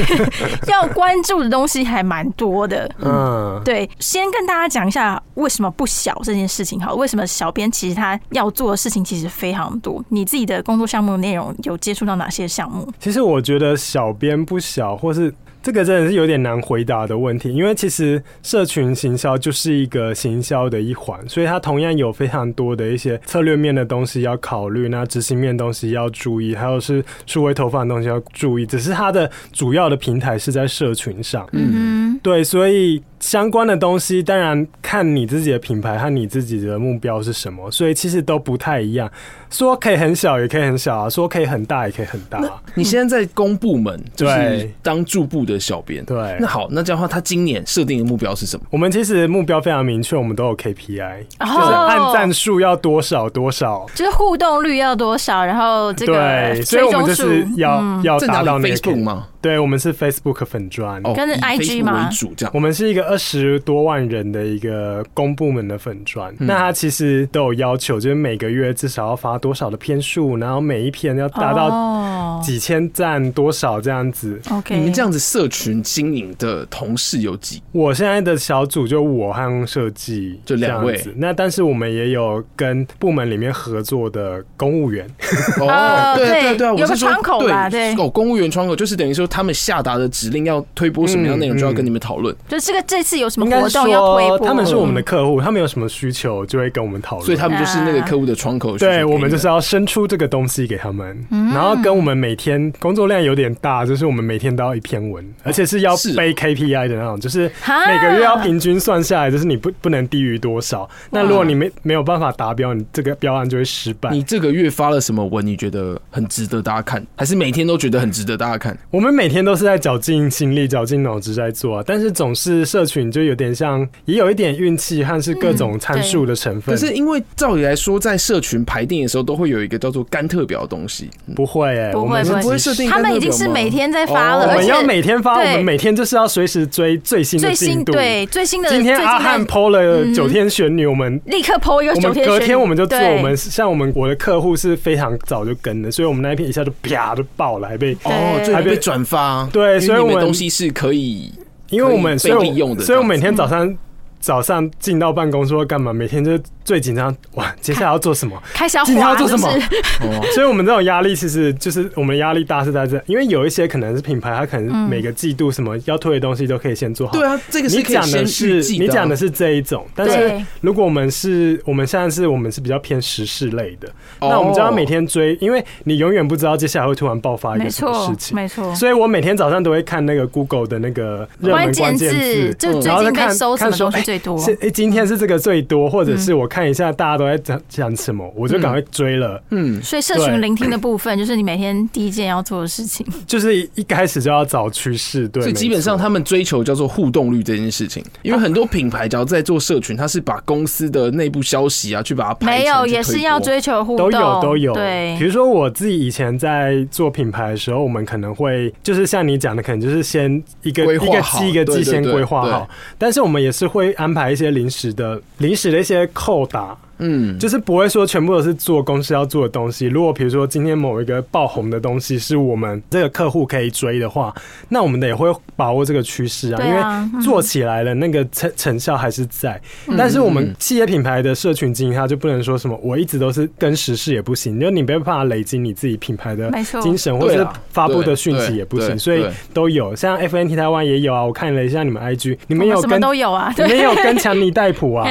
Speaker 5: 要关注的东西还蛮多的。
Speaker 6: 嗯，
Speaker 5: 对，先跟大家讲一下为什么不小这件事情好了。为什么小编其实他要做的事情其实非常多？你自己的工作项目内容有接触到哪些项目？
Speaker 6: 其实我觉得小编不小，或是这个真的是有点难回答的问题，因为其实社群行销就是一个行销的一环，所以它同样有非常多的一些策略面的东西要考虑，那执行面的东西要注意，还有是数位投放的东西要注意，只是它的主要的平台是在社群上。
Speaker 5: 嗯
Speaker 6: 对，所以相关的东西，当然看你自己的品牌和你自己的目标是什么，所以其实都不太一样。说可以很小，也可以很小啊；说可以很大，也可以很大、啊。
Speaker 4: 你现在在公部门，就是
Speaker 6: 对
Speaker 4: 当驻部的小编。
Speaker 6: 对
Speaker 4: 那好，那这样的话，他今年设定的目标是什么？
Speaker 6: 我们其实目标非常明确，我们都有 KPI，、就是按赞
Speaker 5: 哦，
Speaker 6: 数要多少多少。
Speaker 5: 就是互动率要多少，然后这个
Speaker 6: 对，所
Speaker 5: 追
Speaker 6: 以我们
Speaker 5: 踪
Speaker 6: 就
Speaker 5: 数嗯
Speaker 6: 是要、要
Speaker 4: 在
Speaker 6: 达
Speaker 4: 哪
Speaker 6: 到
Speaker 4: 里
Speaker 6: 那个
Speaker 4: Facebook
Speaker 6: KPI
Speaker 4: 吗？
Speaker 6: 对，我们是 Facebook 粉砖。
Speaker 4: 哦，
Speaker 5: 跟着
Speaker 4: 以
Speaker 5: IG 吗
Speaker 4: Facebook 为主这样
Speaker 6: 我。们是一个二十多万人的一个公部门的粉砖，
Speaker 4: 嗯
Speaker 6: 那它其实都有要求，就是每个月至少要发多少的篇数，然后每一篇要达到
Speaker 5: 哦
Speaker 6: 几千赞多少这样子。
Speaker 5: OK，
Speaker 4: 你们这样子社群经营的同事有几？
Speaker 6: 我现在的小组就我和设计
Speaker 4: 就两位
Speaker 6: 这样子那但是我们也有跟部门里面合作的公
Speaker 5: [laughs]
Speaker 6: 务员，
Speaker 4: 哦，对啊
Speaker 5: 对
Speaker 4: 对啊对啊，
Speaker 5: 有个
Speaker 4: 我是说
Speaker 5: 窗口啦
Speaker 4: 对，
Speaker 5: 对
Speaker 4: 哦，公务员窗口就是等于说他们下达的指令要推播什么样的内容，
Speaker 6: 嗯
Speaker 4: 就要跟你们讨论，
Speaker 5: 就这个这次有什么
Speaker 6: 应该
Speaker 5: 活
Speaker 6: 是
Speaker 5: 动要推
Speaker 6: 说
Speaker 5: 播？
Speaker 6: 他们是我们的客户，他们有什么需求就会跟我们讨论，
Speaker 4: 所以他们就是那个客户的窗口。
Speaker 6: 对，我们就是要生出这个东西给他们，
Speaker 5: 嗯
Speaker 6: 然后跟我们每天工作量有点大，就是我们每天都要一篇文，而且是要
Speaker 4: 是哦
Speaker 6: 背 KPI 的那种，就是
Speaker 5: 哈
Speaker 6: 每个月要平均算下来，就是你不不能低于多少。那如果你没没有办法达标，你这个标案就会失败。
Speaker 4: 你这个月发了什么文？你觉得很值得大家看，还是每天都觉得很值得大家看？
Speaker 6: 我们每天都是在绞尽心力、绞尽脑汁在做啊，但是总是社群就有点像，也有一点运气和是各种参数的成
Speaker 5: 嗯
Speaker 6: 分。
Speaker 4: 可是因为照理来说，在社群排定的时候，都会有一个叫做干特表的东西。
Speaker 6: 不会哎、
Speaker 5: 不会
Speaker 6: 我们
Speaker 5: 不
Speaker 6: 是
Speaker 5: 会
Speaker 4: 不会设定
Speaker 5: 他
Speaker 4: 干特表吗，
Speaker 5: 们已经是每天在发
Speaker 4: 哦
Speaker 5: 了，
Speaker 6: 我
Speaker 5: 而
Speaker 6: 们
Speaker 5: 且
Speaker 6: 要每天发，我
Speaker 5: 对
Speaker 6: 们每天就是要随时追最新的
Speaker 5: 最
Speaker 6: 进
Speaker 5: 新
Speaker 6: 度。
Speaker 5: 对最新的
Speaker 6: 今天
Speaker 5: 最
Speaker 6: 阿
Speaker 5: 近
Speaker 6: 汉
Speaker 5: 的
Speaker 6: PO 了
Speaker 5: 嗯
Speaker 6: 九天玄女，我们。
Speaker 5: 立刻 PO 一个
Speaker 6: 我
Speaker 5: 九
Speaker 6: 们
Speaker 5: 天，
Speaker 6: 隔天我们就做，
Speaker 5: 对
Speaker 6: 我们像我们我的客户是非常早就跟的，所以我们那一篇一下就啪就爆了，还被
Speaker 4: 哦，
Speaker 5: 对
Speaker 4: 就
Speaker 6: 还
Speaker 4: 被
Speaker 6: 被
Speaker 4: 转发。
Speaker 6: 对
Speaker 4: 因为
Speaker 6: 所以
Speaker 4: 你
Speaker 6: 我们
Speaker 4: 东西是可以
Speaker 6: 因为我们
Speaker 4: 可
Speaker 6: 所
Speaker 4: 以
Speaker 6: 以
Speaker 4: 被
Speaker 6: 我
Speaker 4: 利用的
Speaker 6: 所以
Speaker 4: 这样
Speaker 6: 我
Speaker 4: 子
Speaker 6: 每天早上早上进到办公室要干嘛？每天就是最紧张，哇，接下来要做什么？
Speaker 5: 开始要
Speaker 6: 今天
Speaker 5: 滑
Speaker 6: 要做什么
Speaker 5: 是不是
Speaker 4: 哦，
Speaker 6: [laughs] 所以我们这种压力其实就是我们压力大是在这，因为有一些可能是品牌，它可能
Speaker 5: 嗯
Speaker 6: 每个季度什么要推的东西都可以先做好。
Speaker 4: 对啊，这个是
Speaker 6: 你
Speaker 4: 可以
Speaker 6: 讲
Speaker 4: 先
Speaker 6: 的是
Speaker 4: 预计
Speaker 6: 你
Speaker 4: 啊
Speaker 6: 讲的是这一种，但
Speaker 5: 对
Speaker 6: 是如果我们是我们现在是我们是比较偏时事类的，那我们就
Speaker 4: 哦
Speaker 6: 要每天追，因为你永远不知道接下来会突然爆发一
Speaker 5: 没
Speaker 6: 个什么
Speaker 5: 错
Speaker 6: 事，情。
Speaker 5: 没错。
Speaker 6: 所以我每天早上都会看那个 Google 的那个热门
Speaker 5: 关
Speaker 6: 关
Speaker 5: 键
Speaker 6: 键
Speaker 5: 字
Speaker 6: 字，嗯
Speaker 5: 就
Speaker 6: 然
Speaker 5: 最
Speaker 6: 后再
Speaker 5: 近被
Speaker 6: 看
Speaker 5: 搜什
Speaker 6: 看
Speaker 5: 么
Speaker 6: 说哎
Speaker 5: 东西最多？嗯
Speaker 6: 是诶，今天是这个最多，或者是我看一下大家都在讲讲什么，我就赶快追了。
Speaker 4: 嗯，
Speaker 5: 所以社
Speaker 6: 对
Speaker 5: 群聆听的部分，就是你每天第一件要做的事
Speaker 6: [laughs]
Speaker 5: 情。
Speaker 6: 就是一开始就要找趋势，对，
Speaker 4: 所以基本上
Speaker 6: 没错
Speaker 4: 他们追求叫做互动率这件事
Speaker 5: 啊
Speaker 4: 情，因为很多品牌只要在做社群，它是把公司的内部消息啊去把它排
Speaker 5: 没
Speaker 4: 成
Speaker 5: 有，
Speaker 4: 去
Speaker 5: 也
Speaker 4: 推
Speaker 5: 是要
Speaker 4: 播
Speaker 5: 追求互
Speaker 6: 都
Speaker 5: 动，
Speaker 6: 有都有。比
Speaker 5: 对，
Speaker 6: 如说我自己以前在做品牌的时候，我们可能会就是像你讲的，可能就是先一个
Speaker 4: 规
Speaker 6: 一
Speaker 4: 划
Speaker 6: 个
Speaker 4: 好
Speaker 6: 季一个
Speaker 4: 对
Speaker 6: 季
Speaker 4: 对
Speaker 6: 先
Speaker 4: 对
Speaker 6: 规划
Speaker 4: 对
Speaker 6: 好，但是我们也是会安排一些临时的临时的一些扣打，
Speaker 4: 嗯，
Speaker 6: 就是不会说全部都是做公司要做的东西。如果比如说今天某一个爆红的东西是我们这个客户可以追的话，那我们的也会把握这个趋势啊，
Speaker 5: 对啊
Speaker 6: 因为做起来了，那个成成效还是在。
Speaker 5: 嗯
Speaker 6: 但是我们企业品牌的社群经营，它就不能说什么我一直都是跟时事也不行，因为你没办法累积你自己品牌的
Speaker 5: 没错
Speaker 6: 精神，或
Speaker 4: 对
Speaker 6: 者是
Speaker 4: 啊
Speaker 6: 发布
Speaker 4: 对
Speaker 6: 的讯息
Speaker 4: 对
Speaker 6: 也不
Speaker 4: 对
Speaker 6: 行，所以
Speaker 4: 对
Speaker 6: 都有。像 FNT 台湾也有啊，我看了一下你们 IG，你
Speaker 5: 我
Speaker 6: 们
Speaker 5: 们
Speaker 6: 有
Speaker 5: 什么
Speaker 6: 跟
Speaker 5: 都有嗯啊。
Speaker 6: [laughs] 你
Speaker 5: 对，
Speaker 6: 们也有跟强尼戴普啊，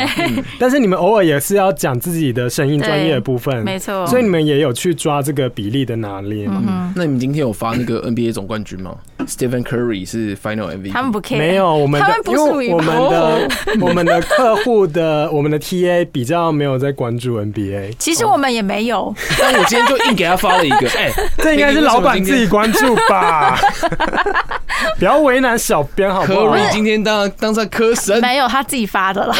Speaker 6: 但是你们偶尔也是要讲自己的声音专业的部分，
Speaker 5: [laughs] 没错。嗯
Speaker 6: 所以你们也有去抓这个比例的拿捏嘛。
Speaker 4: 那你们今天有发那个 NBA 总冠军吗？Stephen Curry 是 Final MVP，
Speaker 5: 他们不 care，
Speaker 6: 没有，我们的
Speaker 5: 他们不
Speaker 6: 因
Speaker 5: 属于
Speaker 6: 为我们的 [laughs] 我们的客户的我们的 TA 比较没有在关注 NBA，
Speaker 5: 其实我们也没有，
Speaker 4: 但我今天就硬给他发了一个，哎，
Speaker 6: [laughs] 这应该是老板自己关注
Speaker 5: [laughs]
Speaker 6: 吧？不要为难小编好不好？
Speaker 4: Curry 今天当当上科神，
Speaker 6: 呃
Speaker 5: 没有他自己发的啦。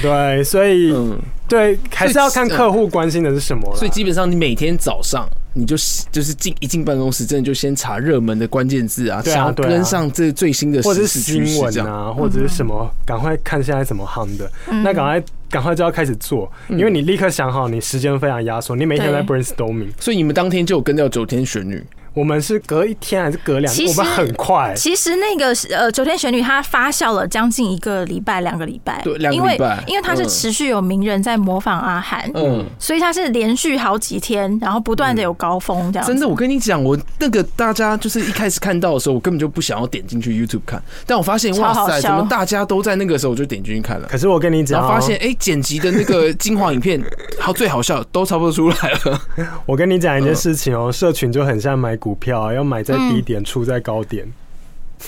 Speaker 6: 对，所以
Speaker 4: 嗯，
Speaker 6: 对还是要看客户关心的是什么啦。
Speaker 4: 所以基本上你每天早上。你就就是进一进办公室，真的就先查热门的关键字啊，
Speaker 6: 对啊
Speaker 4: 想要
Speaker 6: 对啊
Speaker 4: 跟上这最新的
Speaker 6: 或者
Speaker 4: 时
Speaker 6: 是
Speaker 4: 事趋
Speaker 6: 新
Speaker 4: 势这
Speaker 6: 闻
Speaker 4: 样。
Speaker 6: 啊，或者是什么，
Speaker 5: 嗯
Speaker 6: 赶快看现在怎么夯的，那赶快赶快就要开始做，因为你立刻想好，你时间非常压缩，你每天在
Speaker 5: 对
Speaker 6: brainstorming。
Speaker 4: 所以你们当天就有跟掉九天玄女，
Speaker 6: 我们是隔一天还是隔两
Speaker 5: 其
Speaker 6: 天？我
Speaker 5: 实
Speaker 6: 们很快，
Speaker 5: 其实那个是呃，九天玄女她发酵了将近一个礼拜、两个礼拜，
Speaker 4: 对两个
Speaker 5: 因
Speaker 4: 礼
Speaker 5: 为
Speaker 4: 拜
Speaker 5: 因为她是
Speaker 4: 嗯
Speaker 5: 持续有名人在模仿阿涵，
Speaker 4: 嗯，
Speaker 5: 所以她是连续好几天，然后不断的有高峰这样
Speaker 4: 嗯
Speaker 5: 子。
Speaker 4: 真的，我跟你讲，我那个大家就是一开始看到的时候，我根本就不想要点进去 YouTube 看，但我发现
Speaker 5: 超
Speaker 4: 哇
Speaker 5: 好
Speaker 4: 塞，
Speaker 5: 笑
Speaker 4: 怎么大家都在那个时候，我就点进去看了。
Speaker 6: 可是我跟你
Speaker 4: 然
Speaker 6: 讲，
Speaker 4: 后发现，，哎、剪辑的那个精华影片，好最好笑的，都差不多出来
Speaker 5: [laughs]
Speaker 4: 了。
Speaker 6: 我跟你讲一件事情哦，社群就很像买股票啊，要买在低点，出在高点。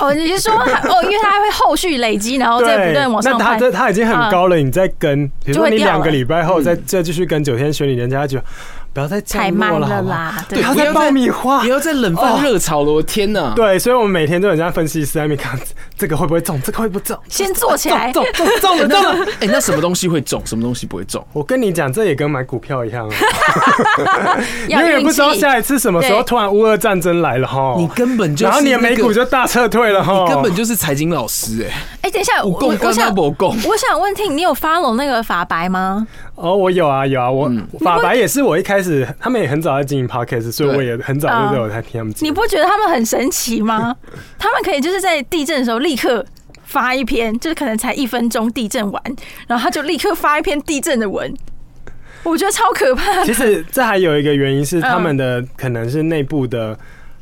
Speaker 5: 哦，你是说哦，因为它会后续累积，然后再不断往上
Speaker 6: 那他
Speaker 5: 攀。
Speaker 6: 这他已经很高了，你再跟，比如
Speaker 5: 就
Speaker 6: 说
Speaker 5: 会
Speaker 6: 你
Speaker 5: 掉
Speaker 6: 两个
Speaker 5: 了
Speaker 6: 礼拜后再再继续跟九天玄女，人家就不要再
Speaker 5: 太
Speaker 6: 降
Speaker 5: 慢
Speaker 6: 落了，
Speaker 5: 了
Speaker 6: 好吗？
Speaker 5: 啦，
Speaker 6: 不
Speaker 5: 对，
Speaker 6: 要
Speaker 4: 不
Speaker 6: 再
Speaker 4: 要
Speaker 6: 爆
Speaker 4: 再
Speaker 6: 米花
Speaker 4: 不，要再冷饭热炒了，我天哪！
Speaker 6: 对，所以我们每天都很像分析师在那边看这个会不会中，这个会不会中，
Speaker 5: 先做起来。
Speaker 6: 中中中了中了。
Speaker 4: 哎，那什么东西会中，什么东西不会中？
Speaker 6: 我跟你讲，这也跟买股票一样、啊，
Speaker 5: 要
Speaker 6: 永远
Speaker 5: 运
Speaker 6: 不
Speaker 5: 气
Speaker 6: 知道下一次什么时候
Speaker 5: 对
Speaker 6: 突然乌俄战争来了哈，
Speaker 4: 你根本就是
Speaker 6: 然后你的
Speaker 4: 那
Speaker 6: 美
Speaker 4: 个
Speaker 6: 股就大撤退了哈，
Speaker 4: 你根本就是财经老师哎，
Speaker 5: 哎、等一下，我
Speaker 4: 不共
Speaker 5: 我
Speaker 4: 刚
Speaker 5: 想
Speaker 4: 刚不共。
Speaker 5: 我想问听，你有 follow 那个法白吗？
Speaker 6: 哦，我有啊有啊，我
Speaker 4: 嗯
Speaker 6: 法白也是我一开始他们也很早在经营 podcast，所以
Speaker 4: 对嗯
Speaker 6: 我也很早就都有在听他们节
Speaker 5: 你
Speaker 6: 目。
Speaker 5: 不觉得他们很神奇
Speaker 6: [laughs]
Speaker 5: 吗？他们可以就是在地震的时候立刻发一篇，就是可能才一分钟地震完，然后他就立刻发一篇地震的文，我觉得超可怕。
Speaker 6: 其实这还有一个原因是他们的可能是内部的。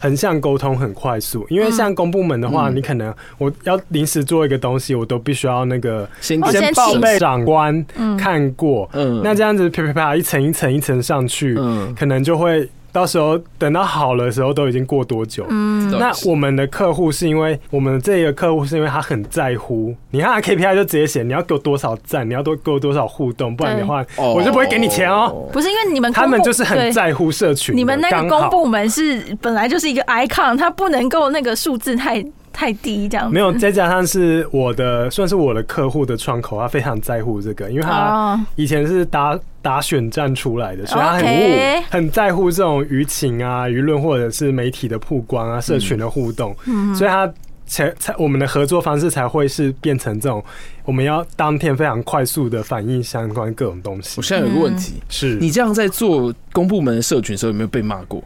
Speaker 6: 横向沟通很快速，因为像公部门的话，
Speaker 4: 嗯
Speaker 6: 你可能我要临时做一个东西，我都必须要那个
Speaker 4: 先
Speaker 5: 哦
Speaker 6: 先
Speaker 5: 先
Speaker 6: 报
Speaker 5: 请
Speaker 6: 备长官
Speaker 5: 嗯
Speaker 6: 看过，
Speaker 4: 嗯
Speaker 6: 那这样子啪啪啪一层一层一层上去，
Speaker 4: 嗯，
Speaker 6: 可能就会到时候等到好了的时候都已经过多久。
Speaker 5: 嗯，
Speaker 6: 那我们的客户是因为我们这个客户是因为他很在乎，你看他 KPI 就直接写你要给我多少赞，你要多给我多少互动，不然的话
Speaker 4: 哦
Speaker 6: 我就不会给你钱哦。
Speaker 5: 不是因为你们
Speaker 6: 他们就是
Speaker 5: 公
Speaker 6: 很
Speaker 5: 布。对
Speaker 6: 在乎社群的，
Speaker 5: 你们那个
Speaker 6: 刚
Speaker 5: 公
Speaker 6: 好
Speaker 5: 部门是本来就是一个 icon，它不能够那个数字太太低这样子。
Speaker 6: [laughs] 没有，再加上是我的算是我的客户的窗口，他非常在乎这个，因为他
Speaker 5: 哦，
Speaker 6: 以前是打打选战出来的，所以他很
Speaker 5: OK
Speaker 6: 很在乎这种舆情啊、舆论或者是媒体的曝光啊、社群的互动，
Speaker 5: 嗯
Speaker 6: 所以他才才我们的合作方式才会是变成这种，我们要当天非常快速的反应相关各种东西
Speaker 4: 我。现在有一个问题，
Speaker 5: 嗯
Speaker 6: 是
Speaker 4: 你这样在做公部门的社群的时候，有没有被骂过？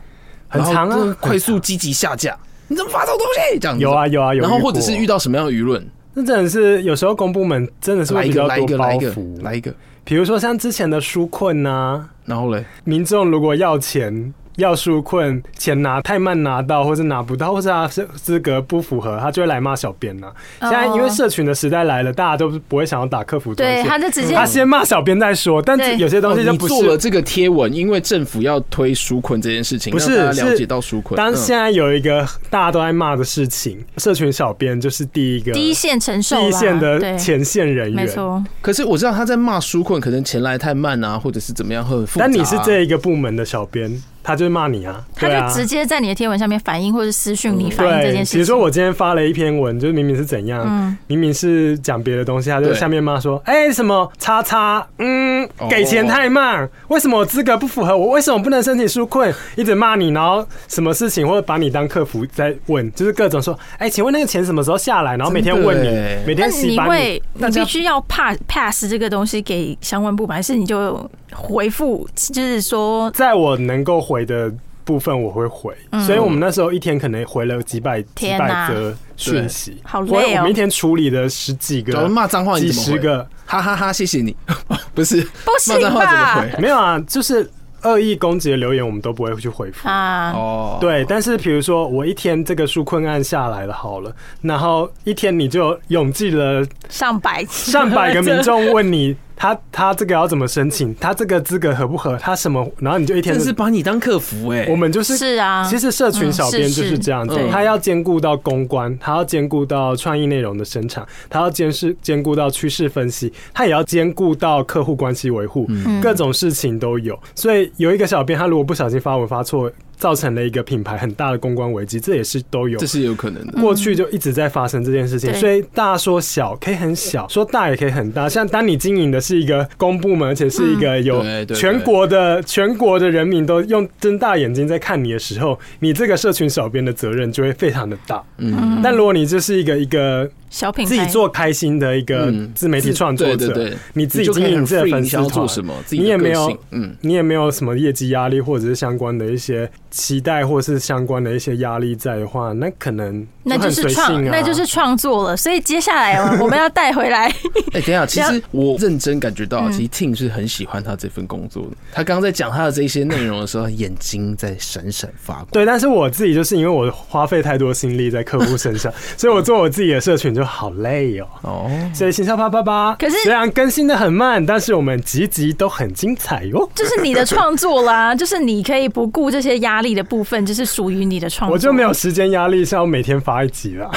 Speaker 6: 很长
Speaker 4: 然后
Speaker 6: 啊，
Speaker 4: 快速积极下架，你怎么发这种东西？这样子
Speaker 6: 有啊，有啊有。
Speaker 4: 然后或者是遇
Speaker 6: 到，
Speaker 4: 到什么样的舆论？
Speaker 6: 那真的是有时候公部门真的是
Speaker 4: 来
Speaker 6: 会
Speaker 4: 一
Speaker 6: 比
Speaker 4: 个，
Speaker 6: 较
Speaker 4: 来一
Speaker 6: 多
Speaker 4: 个，
Speaker 6: 包
Speaker 4: 来一个，
Speaker 6: 袱，
Speaker 4: 来一个。
Speaker 6: 比如说像之前的纾困啊呐、
Speaker 4: 然后嘞，
Speaker 6: 民众如果要钱。要纾困，钱拿太慢拿到，或是拿不到，或是他资资格不符合，他就会来骂小编呐、
Speaker 5: 哦
Speaker 6: 现在因为社群的时代来了，大家都不会想要打客服专
Speaker 5: 对，
Speaker 6: 线，
Speaker 5: 他就直接
Speaker 6: 他先骂小编再说，但
Speaker 5: 对
Speaker 6: 有些东西
Speaker 4: 哦
Speaker 6: 就
Speaker 4: 你
Speaker 6: 不
Speaker 4: 做了
Speaker 6: 是。
Speaker 4: 这个贴文，因为政府要推纾困这件事情，
Speaker 6: 不是
Speaker 4: 让大家了
Speaker 6: 是
Speaker 4: 解到纾困。
Speaker 6: 当
Speaker 4: 嗯
Speaker 6: 现在有一个大家都在骂的事情，社群小编就是第一个
Speaker 5: 第一线承受啦
Speaker 6: 第一线的
Speaker 5: 对，
Speaker 6: 前线人
Speaker 5: 没
Speaker 6: 员。
Speaker 5: 错，
Speaker 4: 可是我知道他在骂纾困，可能钱来太慢啊，或者是怎么样，会很复杂、啊
Speaker 6: 但你是这，一个部门的小编，他就会骂你啊，
Speaker 5: 他
Speaker 6: 对啊嗯
Speaker 5: 就直接在你的贴文下面反映或者私讯你反映这
Speaker 6: 对
Speaker 5: 件，事
Speaker 6: 比
Speaker 5: 情。
Speaker 6: 如说我今天发了一篇文，就是明明是怎样，
Speaker 5: 嗯
Speaker 6: 明明是讲别的东西，他就
Speaker 4: 对
Speaker 6: 下面骂说：“哎、什么叉叉，嗯
Speaker 4: 哦，
Speaker 6: 给钱太慢，为什么我资格不符合？我为什么不能申请纾困？”一直骂你，然后什么事情或者把你当客服在问，就是各种说：“哎、请问那个钱什么时候下来？”然后每天问
Speaker 4: 真的耶
Speaker 6: 你，每
Speaker 5: 但
Speaker 6: 天
Speaker 5: 是
Speaker 6: 洗
Speaker 5: 你
Speaker 6: 版你
Speaker 5: 会，，你必须要 pass pass 这个东西给相关部门，还是你就回复，就是说，
Speaker 6: 在我能够回的。部分我会回，所以我们那时候一天可能回了几百几
Speaker 5: 天
Speaker 6: 百
Speaker 5: 哪
Speaker 6: 则讯息，
Speaker 5: 好累
Speaker 6: 我
Speaker 5: 哦
Speaker 6: 我们一天处理了十几
Speaker 4: 假如
Speaker 6: 个、
Speaker 4: 骂脏话，你
Speaker 6: 几
Speaker 4: 怎么回
Speaker 6: 十个，
Speaker 4: 哈哈哈，谢谢你， [laughs] 不是
Speaker 5: 不
Speaker 4: 骂
Speaker 5: 行
Speaker 4: 脏话
Speaker 5: 吧
Speaker 4: 怎么？回？
Speaker 6: 没有啊，就是恶意攻击的留言，我们都不会去回复。
Speaker 5: 啊，
Speaker 4: 哦，
Speaker 6: 对，但是比如说我一天这个纾困案下来了，好了，然后一天你就涌进了
Speaker 5: 上百
Speaker 6: 上百个民，众问你他他这个要怎么申请，他这个资格合不合，他什么，然后你就一天
Speaker 4: 真
Speaker 6: 就是
Speaker 4: 把你当客服哎、
Speaker 6: 我们就是
Speaker 5: 是啊，
Speaker 6: 其实社群小编就是这样子
Speaker 4: 嗯是是，
Speaker 6: 他要兼顾到公关，他要兼顾到创意内容的生产，他要监视兼顾到趋势分析，他也要兼顾到客户关系维护，各种事情都有。所以有一个小编，他如果不小心发文发错，造成了一个品牌很大的公关危机，这也是都有
Speaker 4: 这。是有可能的。
Speaker 6: 过去就一直在发生这件事情，
Speaker 5: 对
Speaker 6: 所以大说小可以很小，说大也可以很大。像当你经营的是一个公部门，而且是一个有
Speaker 4: 对对对
Speaker 6: 全国的全国的人民都用睁大眼睛在看你的时候，你这个社群小编的责任就会非常的大。
Speaker 4: 嗯，
Speaker 6: 但如果你就是一个一个
Speaker 5: [laughs] 小品牌
Speaker 6: 自己做开心的一个
Speaker 4: 嗯
Speaker 6: 自媒体创作
Speaker 4: 对对
Speaker 6: 者，
Speaker 4: 对，
Speaker 6: 你自己
Speaker 4: 就可
Speaker 6: 经
Speaker 4: 以很
Speaker 6: 营自己
Speaker 4: free，
Speaker 6: 的粉
Speaker 4: 你想
Speaker 6: 丝
Speaker 4: 要做
Speaker 6: 团，
Speaker 4: 什么，自己的
Speaker 6: 你也没有
Speaker 4: 个性嗯，
Speaker 6: 你也没有什么业绩压力，或者是相关的一些期待，或是相关的一些压力在的话，那可能
Speaker 5: 那就
Speaker 6: 很
Speaker 5: 是
Speaker 6: 随
Speaker 5: 创，
Speaker 6: 性啊
Speaker 5: 那就是创作了。所以接下来我们要带回
Speaker 6: [laughs]
Speaker 5: 来，
Speaker 4: 哎、等一下，其
Speaker 5: 这
Speaker 4: 实我认真感觉
Speaker 5: 嗯
Speaker 4: 到，啊其实 Tim 是很喜欢他这份工作的。他刚刚在讲他的这一些内容的时候，他眼睛在闪闪发光。
Speaker 5: 嗯
Speaker 6: 对，但是我自己就是因为我花费太多心力在客户身上，所以我做我自己的社群就好累哦。
Speaker 4: 哦，
Speaker 6: 所以行销啪啪啪，
Speaker 5: 可是
Speaker 6: 虽然更新的很慢，但是我们集集都很精彩哟。
Speaker 5: 就是你的创作啦，就是你可以不顾这些压力的部分，就是属于你的创作。
Speaker 6: 我就没有时间压力，像我每天发一集啦。